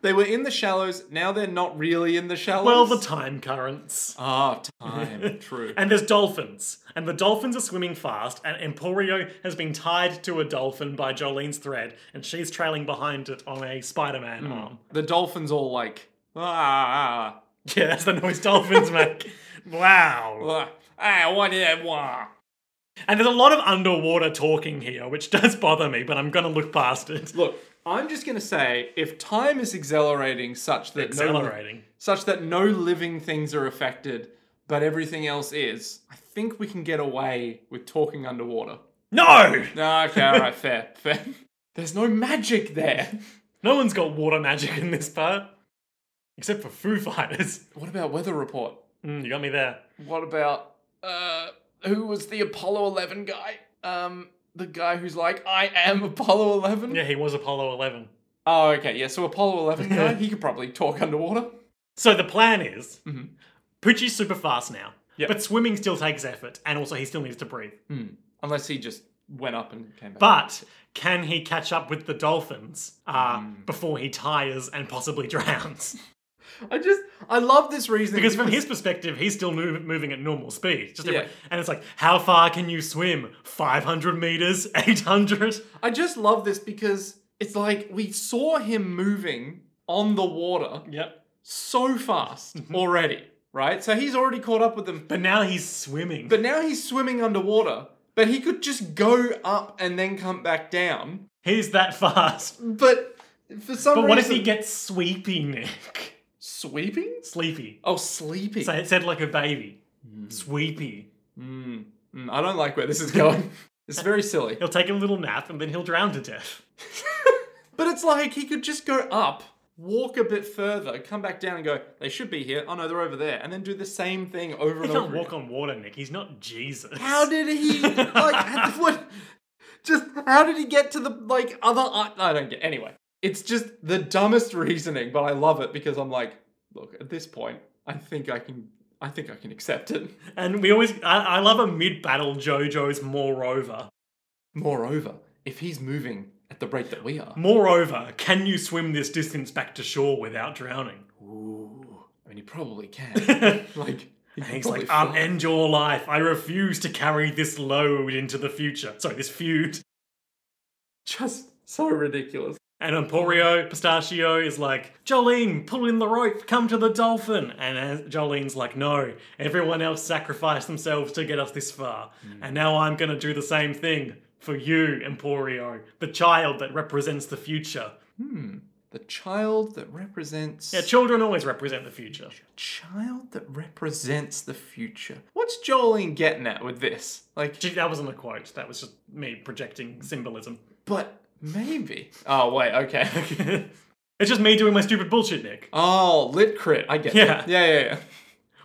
They were in the shallows. Now they're not really in the shallows. well, the time currents. ah time. True. And there's dolphins, and the dolphins are swimming fast, and Emporio has been tied to a dolphin by Jolene's thread, and she's trailing behind it on a Spider-Man arm. the dolphins all like ah ah Yeah, that's the noise dolphins make. Wow. ah. ah what is that? Wah. And there's a lot of underwater talking here, which does bother me, but I'm gonna look past it. Look, I'm just gonna say, if time is accelerating such that no Accelerating. such that no living things are affected, but everything else is, I think we can get away with talking underwater. No! No, okay, all right, fair, fair. There's no magic there. No one's got water magic in this part. Except for Foo Fighters. What about weather report? Mm, you got me there. What about uh who was the Apollo 11 guy? Um the guy who's like I am Apollo 11? Yeah, he was Apollo 11. Oh, okay. Yeah, so Apollo 11 guy, he could probably talk underwater. So the plan is Mhm. Poochie's super fast now, Yep. but swimming still takes effort, and also he still needs to breathe. Hmm. Unless he just went up and came back. But can he catch up with the dolphins uh, before he tires and possibly drowns? I just I love this reasoning Because from his perspective, he's still move, moving at normal speed. Just Yeah. every- and it's like, how far can you swim? 500 meters? 800? I just love this because it's like we saw him moving on the water Yep. so fast already, right? So he's already caught up with them. But now he's swimming. But now he's swimming underwater. But he could just go up and then come back down. he's that fast. But for some But reason, what if he gets sweepy, Nick? sweeping? Sleepy. Oh, sleeping. So it said like a baby. Hmm. Sweepy. Mm, mm, I don't like where this is going. it's very silly. He'll take a little nap and then he'll drown to death. But it's like he could just go up, walk a bit further, come back down, and go. They should be here. Oh no, they're over there, and then do the same thing over He and can't over. walk again. on water, Nick. He's not Jesus. How did he like what? Just how did he get to the like other? I I don't get. Anyway, it's just the dumbest reasoning, but I love it because I'm like, look, at this point, I think I can. I think I can accept it. And we always, I, I love a mid battle JoJo's moreover. Moreover, if he's moving at the rate that we are, Moreover, can you swim this distance back to shore without drowning? ooh, I mean, he probably can. like, he And can he's probably like, I'll fly. end your life. I refuse to carry this load into the future. Sorry, this feud. just so ridiculous. And Emporio Pistachio is like, Jolene, pull in the rope, come to the dolphin. And as- Jolene's like, no, everyone else sacrificed themselves to get us this far. And now I'm going to do the same thing for you, Emporio, the child that represents the future. Hmm. The child that represents. Yeah, children always represent the future. child that represents the future. What's Jolene getting at with this? Like, Gee, That wasn't a quote, that was just me projecting symbolism. but maybe. Oh wait. Okay. it's just me doing my stupid bullshit, Nick. Oh, lit crit. I get. Yeah. It. Yeah. Yeah. Yeah.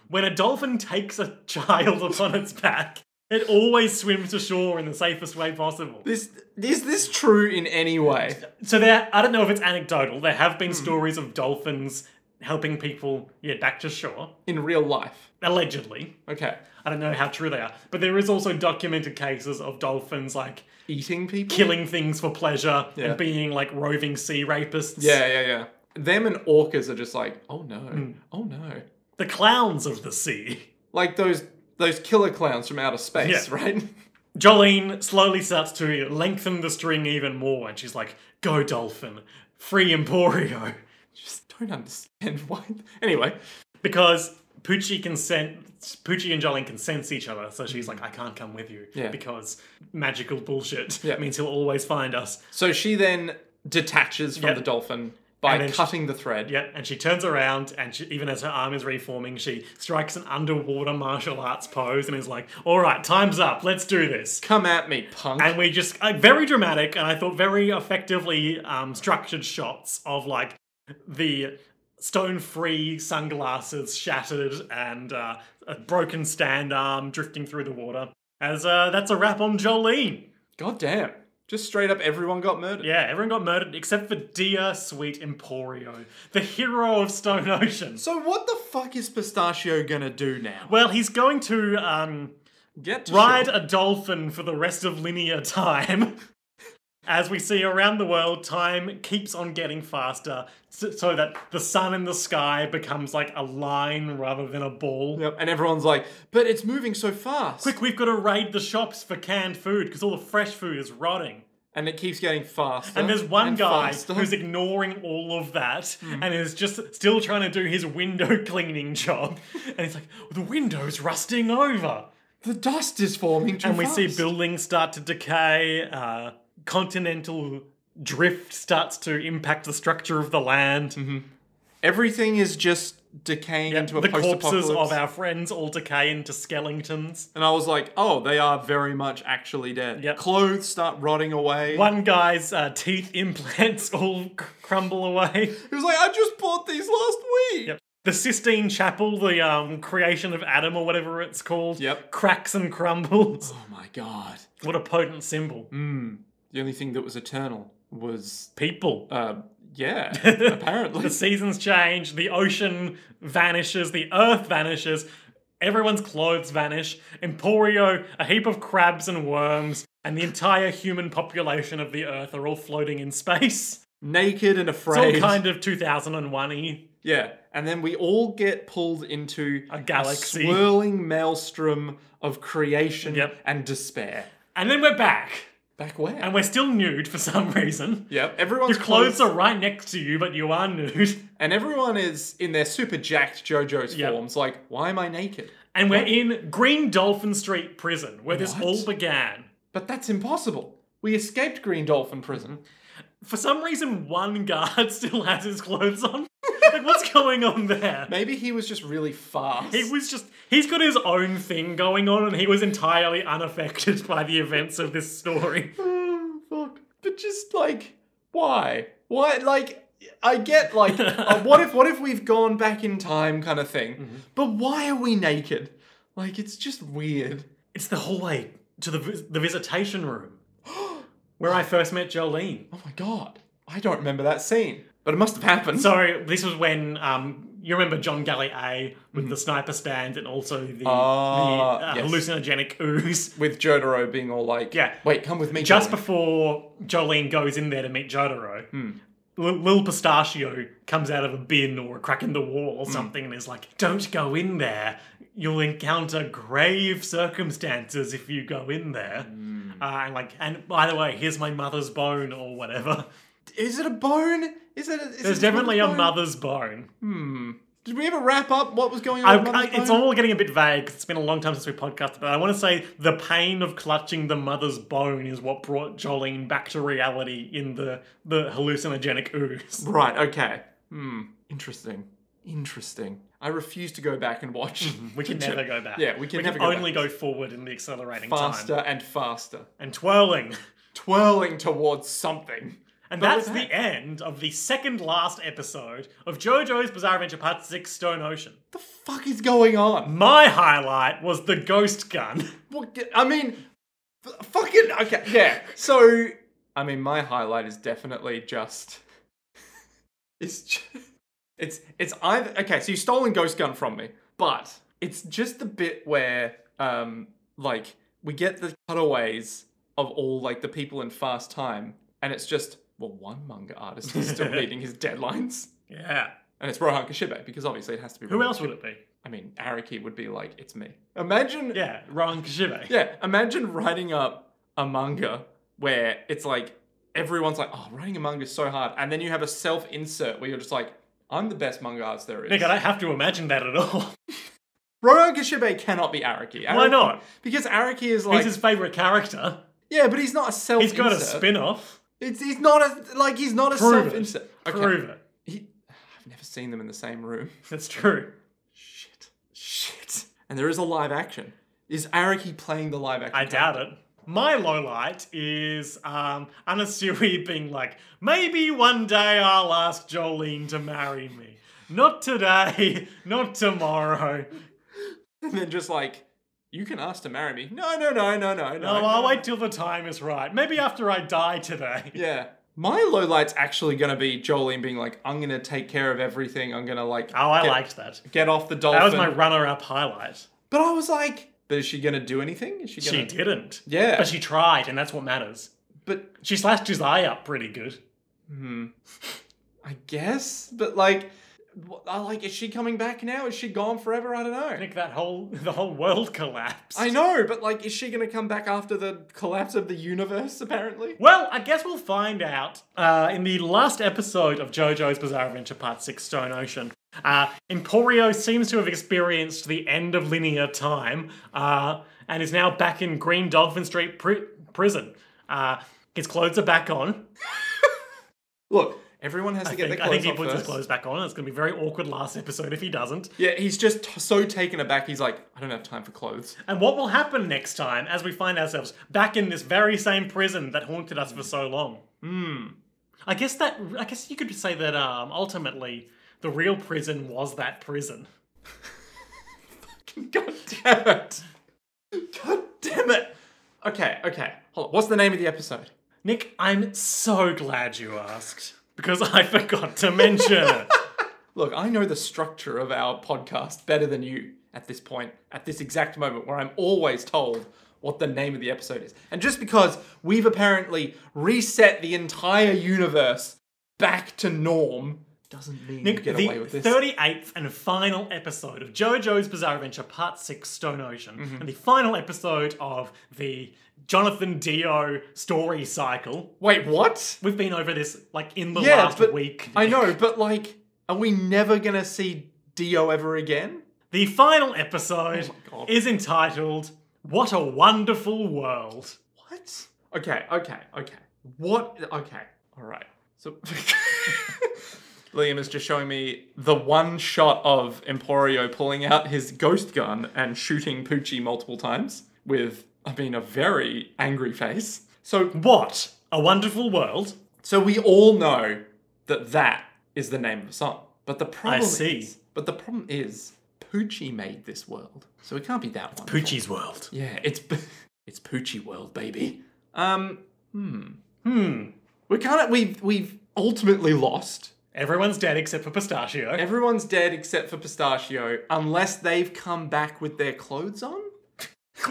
When a dolphin takes a child upon its back, it always swims to shore in the safest way possible. This is this true in any way? So there, I don't know if it's anecdotal. There have Hmm. been stories of dolphins helping people yeah back to shore, In real life. allegedly. Okay. I don't know how true they are, but there is also documented cases of dolphins like Eating people. killing things for pleasure Yeah. and being like roving sea rapists. Yeah. Yeah. Yeah. Them and orcas are just like, oh no, Hmm. oh no, the clowns of the sea. like those those killer clowns from outer space, Yeah. right? Jolene slowly starts to lengthen the string even more, and she's like, "Go dolphin, free Emporio," just don't understand why. Anyway, because. Poochie can sen- Poochie and Jolene can sense each other, so she's like, "I can't come with you Mm-hmm. Yeah. because magical bullshit Yeah. means he'll always find us." so she then detaches from Yep. the dolphin And by then she- cutting the thread. Yeah, and she turns around, and she, even as her arm is reforming, she strikes an underwater martial arts pose and is like, "All right, time's up. Let's do this." Come at me, punk. And we just uh, very dramatic, and I thought very effectively um, structured shots of like the stone-free sunglasses shattered and uh, a broken stand arm drifting through the water. As uh, that's a wrap on Jolene. God damn. Just straight up everyone got murdered. Yeah, everyone got murdered except for dear sweet Emporio, the hero of Stone Ocean. So what the fuck is Pistachio gonna do now? Well, he's going to um, Get to ride shore. a dolphin for the rest of linear time. As we see around the world, time keeps on getting faster, so, so that the sun in the sky becomes like a line rather than a ball. Yep, And everyone's like, but it's moving so fast. Quick, we've got to raid the shops for canned food because all the fresh food is rotting. And it keeps getting faster. And there's one and guy faster. Hmm. who's ignoring all of that and is just still trying to do his window cleaning job. and he's like, the window's rusting over. the dust is forming too And we see fast." buildings start to decay, uh, continental drift starts to impact the structure of the land. Everything is just decaying Mm-hmm. into a the post-apocalypse. corpses of our friends all decay into skeletons. and I was like, oh, they are very much actually dead. Yep. Clothes start rotting away. One guy's uh, teeth implants all cr- crumble away. He was like, I just bought these last week. Yep. The Sistine Chapel, the um, creation of Adam or whatever it's called, Yep. cracks and crumbles. Oh my god. What a potent symbol. Mm. The only thing that was eternal was, People. uh, yeah, apparently. The seasons change, the ocean vanishes, the earth vanishes, everyone's clothes vanish, Emporio, a heap of crabs and worms, and the entire human population of the earth are all floating in space. Naked and It's all afraid. kind of 2001 y. Yeah, and then we all get pulled into A galaxy. swirling maelstrom of creation Yep. and despair. And then we're back, Back where? and we're still nude for some reason. yep, everyone's Your clothes are right next to you, but you are nude. and everyone is in their super jacked JoJo's Yep. forms. Like, why am I naked? And we're in Green Dolphin Street Prison, where this What? all began. But that's impossible. We escaped Green Dolphin Prison. For some reason, one guard still has his clothes on. like, what's going on there? Maybe he was just really fast. He was just, he's got his own thing going on, and he was entirely unaffected by the events of this story. Oh, fuck. But just like, why? Why? Like, I get like, uh, what if what if we've gone back in time kind of thing? Mm-hmm. But why are we naked? Like, it's just weird. It's the hallway to the, vis- the visitation room, where I first met Jolene. Oh my god, I don't remember that scene, but it must have happened. So this was when um, you remember John Gallier with the sniper stand and also the, Mm-hmm. Ah, the, uh, yes. hallucinogenic ooze. with Jotaro being all like, Yeah. wait, come with me. Just darling." before Jolene goes in there to meet Jotaro, Hmm. Lil Lil Pistachio comes out of a bin or a crack in the wall Hmm. or something and is like, "Don't go in there. You'll encounter grave circumstances if you go in there." Hmm. Uh, and like, and by the way, here's my mother's bone or whatever. is it a bone? Is it? A, is There's it woman's definitely a bone? mother's bone. Did we ever wrap up what was going on? I, with mother's I- it's bone? all getting a bit vague. 'cause It's been a long time since we podcasted, but I want to say the pain of clutching the mother's bone is what brought Jolene back to reality in the the hallucinogenic ooze. right. Okay. Hmm. Interesting. Interesting. I refuse to go back and watch. We can never go back. yeah, we can never go only go forward in the accelerating faster time and faster, and twirling. twirling towards something. And But that's with the end of the second last episode of JoJo's Bizarre Adventure Part 6 Stone Ocean. The fuck is going on? My highlight was the ghost gun. What, the- I mean, f- fucking okay, yeah. So, I mean, my highlight is definitely just it's ju- it's it's either okay. So you stolen ghost gun from me, but it's just the bit where um like we get the cutaways of all like the people in fast time, and it's just well, one manga artist is still meeting his deadlines. Yeah. And it's Rohan Kashibe, because obviously it has to be Who Rohan else would it be? I mean, Araki would be like, it's me. Imagine, yeah. Yeah, Rohan Kashibe. imagine writing up a manga where it's like, everyone's like, oh, writing a manga is so hard. And then you have a self insert where you're just like, I'm the best manga artist there is. Nick, I don't have to imagine that at all. Rohan Kishibe cannot be Araki. Why Araki- not? Because Araki is like, He's his favorite character. yeah, but he's not a self He's insert. got a spin off. It's, he's not a, like, he's not a Prove it. self insert. Prove it. He, I've never seen them in the same room. That's true. Shit. Shit. And there is a live action. Is Araki playing the live action? I doubt it. My low light is um, Anasui being like, maybe one day I'll ask Jolene to marry me. Not today, not tomorrow. And then just like, you can ask to marry me. No, no, no, no, no, no. No, Oh, I'll wait till the time is right. Maybe after I die today. Yeah. My low light's actually going to be Jolene being like, I'm going to take care of everything. I'm going to like. Oh, I get, liked that. Get off the dolphin. That was my runner up highlight. But I was like, but is she going to do anything? Is she She going to. didn't. Yeah. But she tried, and that's what matters. But She slashed his eye up pretty good. I guess. But like, wh- I like, is she coming back now? Is she gone forever? I don't know. Nick, that whole the whole world collapsed. I know, but like, is she going to come back after the collapse of the universe, apparently? Well, I guess we'll find out uh, in the last episode of JoJo's Bizarre Adventure Part 6 Stone Ocean. Uh, Emporio seems to have experienced the end of linear time uh, and is now back in Green Dolphin Street pri- prison. Uh, his clothes are back on. Look, everyone has to I get think, their I think clothes he off puts his first. clothes back on. It's going to be very awkward last episode if he doesn't. Yeah, he's just t- so taken aback. He's like, I don't have time for clothes. And what will happen next time as we find ourselves back in this very same prison that haunted us for so long? Hmm. I guess that I guess you could say that um, ultimately the real prison was that prison. God damn it! God damn it! Okay, okay. Hold on. What's the name of the episode? Nick, I'm so glad you asked because I forgot to mention it. Look, I know the structure of our podcast better than you at this point, at this exact moment where I'm always told what the name of the episode is. And just because we've apparently reset the entire universe back to norm doesn't mean you Nick, get the away with this. 38th and final episode of JoJo's Bizarre Adventure Part 6 Stone Ocean, Mm-hmm. and the final episode of the Jonathan Dio story cycle. Wait, what? We've been over this like in the Yeah, last but week. I know, but like, are we never gonna see Dio ever again? The final episode Oh my God. is entitled What a Wonderful World. What? Okay, okay, okay. What? Okay, all right. So Liam is just showing me the one shot of Emporio pulling out his ghost gun and shooting Poochie multiple times with, I mean, a very angry face. So, What a Wonderful World. so we all know that that is the name of the song. But the problem see. is, but the problem is, Poochie made this world, so it can't be that one. Poochie's World. Yeah, it's it's Poochie World, baby. Um, Hmm. we kind of we've we've ultimately lost. Everyone's dead except for Pistachio. Everyone's dead except for Pistachio, unless they've come back with their clothes on.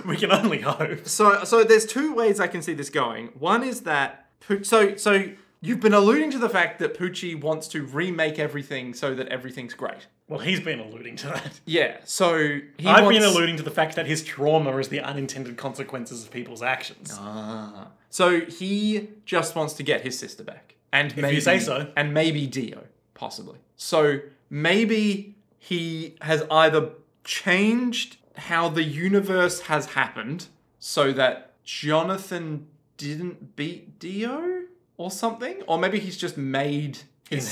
we can only hope. So so there's two ways I can see this going. One is that Poo- so so you've been alluding to the fact that Poochie wants to remake everything so that everything's great. Well, he's been alluding to that. Yeah. So he I've wants, been alluding to the fact that his trauma is the unintended consequences of people's actions. Ah. So he just wants to get his sister back, and maybe say so. and maybe Dio, possibly. So maybe he has either changed how the universe has happened so that Jonathan didn't beat Dio or something, or maybe he's just made his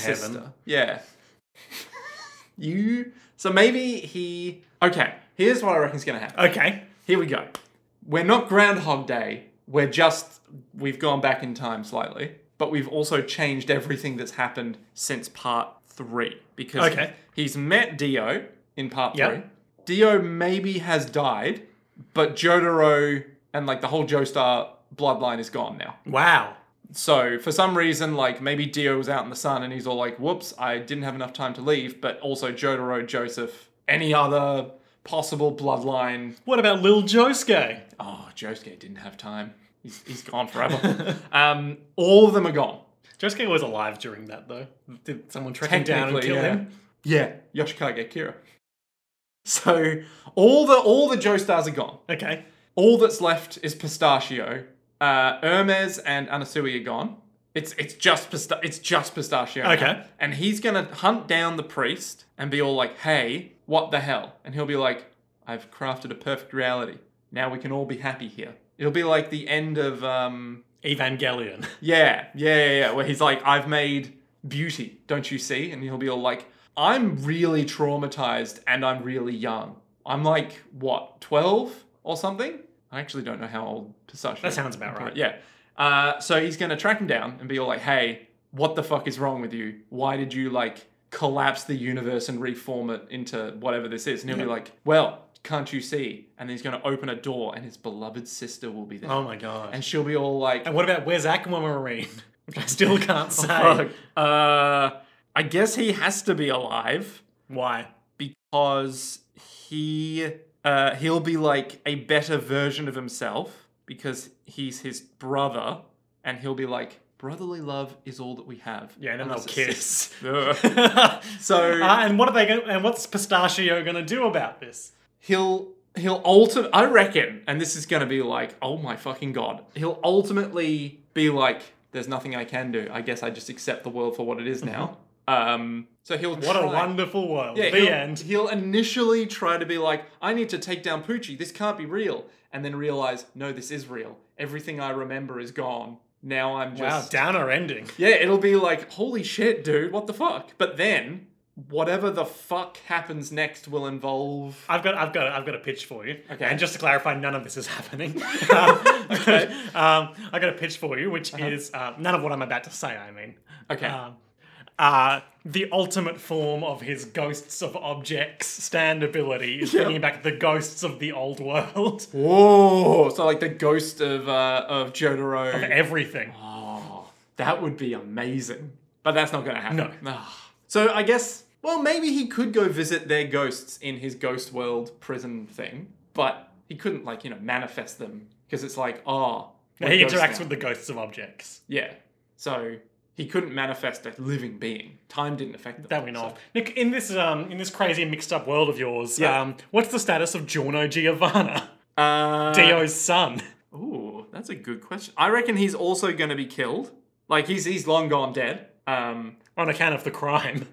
In heaven. sister. Yeah. you. So maybe he. Okay. Here's what I reckon's gonna happen. Okay. Here we go. We're not Groundhog Day. We're just, we've gone back in time slightly, but we've also changed everything that's happened since part three because Okay. he's met Dio in part Yep. three. Dio maybe has died, but Jotaro and like the whole Joestar bloodline is gone now. Wow. So for some reason, like maybe Dio was out in the sun and he's all like, whoops, I didn't have enough time to leave, but also Jotaro, Joseph, any other possible bloodline What about Lil Josuke? Oh, Josuke didn't have time. He's, he's gone forever. um, all of them are gone. Josuke was alive during that, though. Did someone track him down and kill yeah. him? Yeah, Yoshikage Kira. So all the all the Joestars are gone. Okay. All that's left is Pistachio. Uh, Hermes and Anasui are gone. It's it's just pista- it's just Pistachio. now. Okay. And he's gonna hunt down the priest and be all like, "Hey, what the hell?" And he'll be like, "I've crafted a perfect reality. Now we can all be happy here." It'll be like the end of um, Evangelion. Yeah, yeah, yeah, yeah. Where he's like, I've made beauty, don't you see? And he'll be all like, I'm really traumatized and I'm really young. I'm like, what, 12 or something? I actually don't know how old Pistachio That sounds about right. Yeah. Uh, so he's going to track him down and be all like, hey, what the fuck is wrong with you? Why did you like collapse the universe and reform it into whatever this is? And he'll be like, well, can't you see? And he's going to open a door and his beloved sister will be there. Oh my god. And she'll be all like, And what about Where's Aquamarine? Which I still can't say. Fuck. Uh, I guess he has to be alive Why? because he uh, he'll be like a better version of himself because he's his brother, and he'll be like brotherly love is all that we have. Yeah, and then they'll Unless it's- kiss. Ugh. so, so Uh, and what are they? Gonna, and what's Pistachio going to do about this? he'll he'll ulti I reckon, and this is gonna be like, oh my fucking god. He'll ultimately be like, there's nothing I can do. I guess I just accept the world for what it is now. Um, so he'll Mm-hmm. What a try- wonderful world. Yeah, the he'll, end. He'll initially try to be like, I need to take down Poochie. This can't be real. And then realize, no, this is real. Everything I remember is gone. Now I'm Wow, just downer ending. yeah, it'll be like, holy shit, dude, what the fuck? But then, whatever the fuck happens next will involve. I've got, I've got, I've got a pitch for you. Okay. And just to clarify, none of this is happening. um, Okay. um, I got a pitch for you, which is uh, none of what I'm about to say. I mean, Okay. um, uh, the ultimate form of his ghosts of objects stand ability is Yeah. bringing back the ghosts of the old world, Whoa! So like the ghost of uh, of Jotaro. everything. Oh, that would be amazing. But that's not going to happen. No. Ah. So I guess, well, maybe he could go visit their ghosts in his ghost world prison thing, but he couldn't, like, you know, manifest them because it's like, oh. Now, he interacts with the ghosts of objects Yeah. So he couldn't manifest a living being. Time didn't affect them. that we know So- of. Nick, in this um, in this crazy mixed up world of yours, Yeah. um, what's the status of Giorno Giovanna, Uh, Dio's son? Ooh, that's a good question. I reckon he's also going to be killed. Like, he's, he's long gone dead. Um, on account of the crime.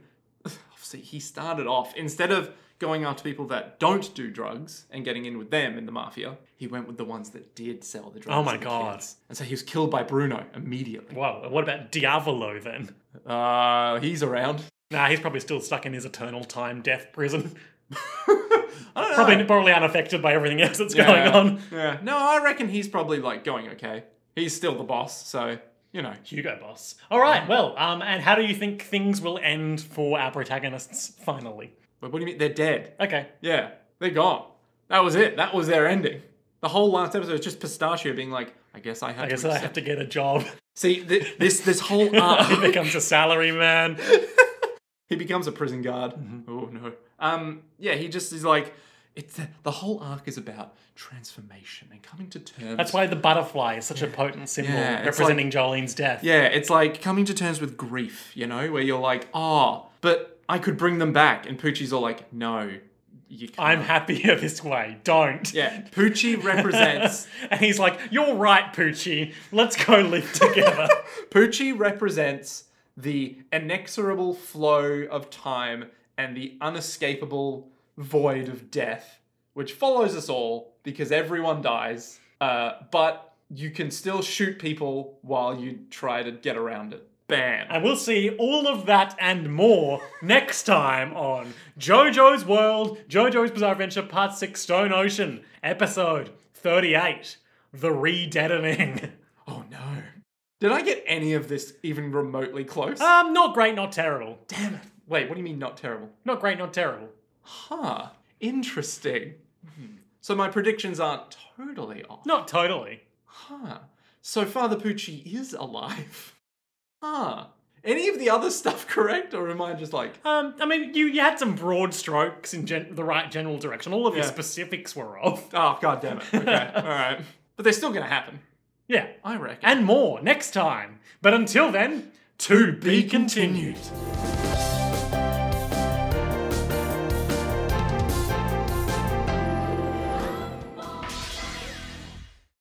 obviously he started off instead of going after people that don't do drugs and getting in with them in the mafia he went with the ones that did sell the drugs Oh my to the God. kids. and so he was killed by bruno immediately Wow, what about Diavolo then? uh he's around Nah, he's probably still stuck in his eternal time death prison. I don't know. Probably, probably unaffected by everything else that's Yeah. going on. yeah no i reckon he's probably like going okay he's still the boss so you know Hugo Boss. All right, well, um, and how do you think things will end for our protagonists finally? but what do you mean they're dead Okay, yeah they're gone that was it that was their ending the whole last episode was just pistachio being like i guess i have I guess to I accept. have to get a job. see th- this this whole he arc becomes a salaryman. He becomes a prison guard. Mm-hmm. Oh no. Um. Yeah. He just is like. It's the whole arc is about transformation and coming to terms. That's why the butterfly is such a potent symbol Yeah, it's representing Jolene's death. Yeah, it's like coming to terms with grief. You know, where you're like, ah, but I could bring them back, and Poochie's all like, no, you can't. I'm happier this way. Don't. yeah. Poochie represents. and he's like, "You're right, Poochie. Let's go live together." Poochie represents the inexorable flow of time and the unescapable void of death, which follows us all because everyone dies, uh, but you can still shoot people while you try to get around it. Bam. And we'll see all of that and more next time on JoJo's World, JoJo's Bizarre Adventure Part 6 Stone Ocean, Episode 38 The Re Deadening. Oh no. Did I get any of this even remotely close? Um, not great, not terrible. Damn it. Wait, what do you mean not terrible? Not great, not terrible. Huh. Interesting. Hmm. So my predictions aren't totally off. Not totally. Huh. So Father Pucci is alive. Huh. Any of the other stuff correct, or am I just like, Um, I mean, you, you had some broad strokes in gen- the right general direction. All of your Yeah. specifics were off. oh god damn it. Okay, alright. But they're still gonna happen. Yeah. I reckon. And more next time. But until then, to be continued. continued.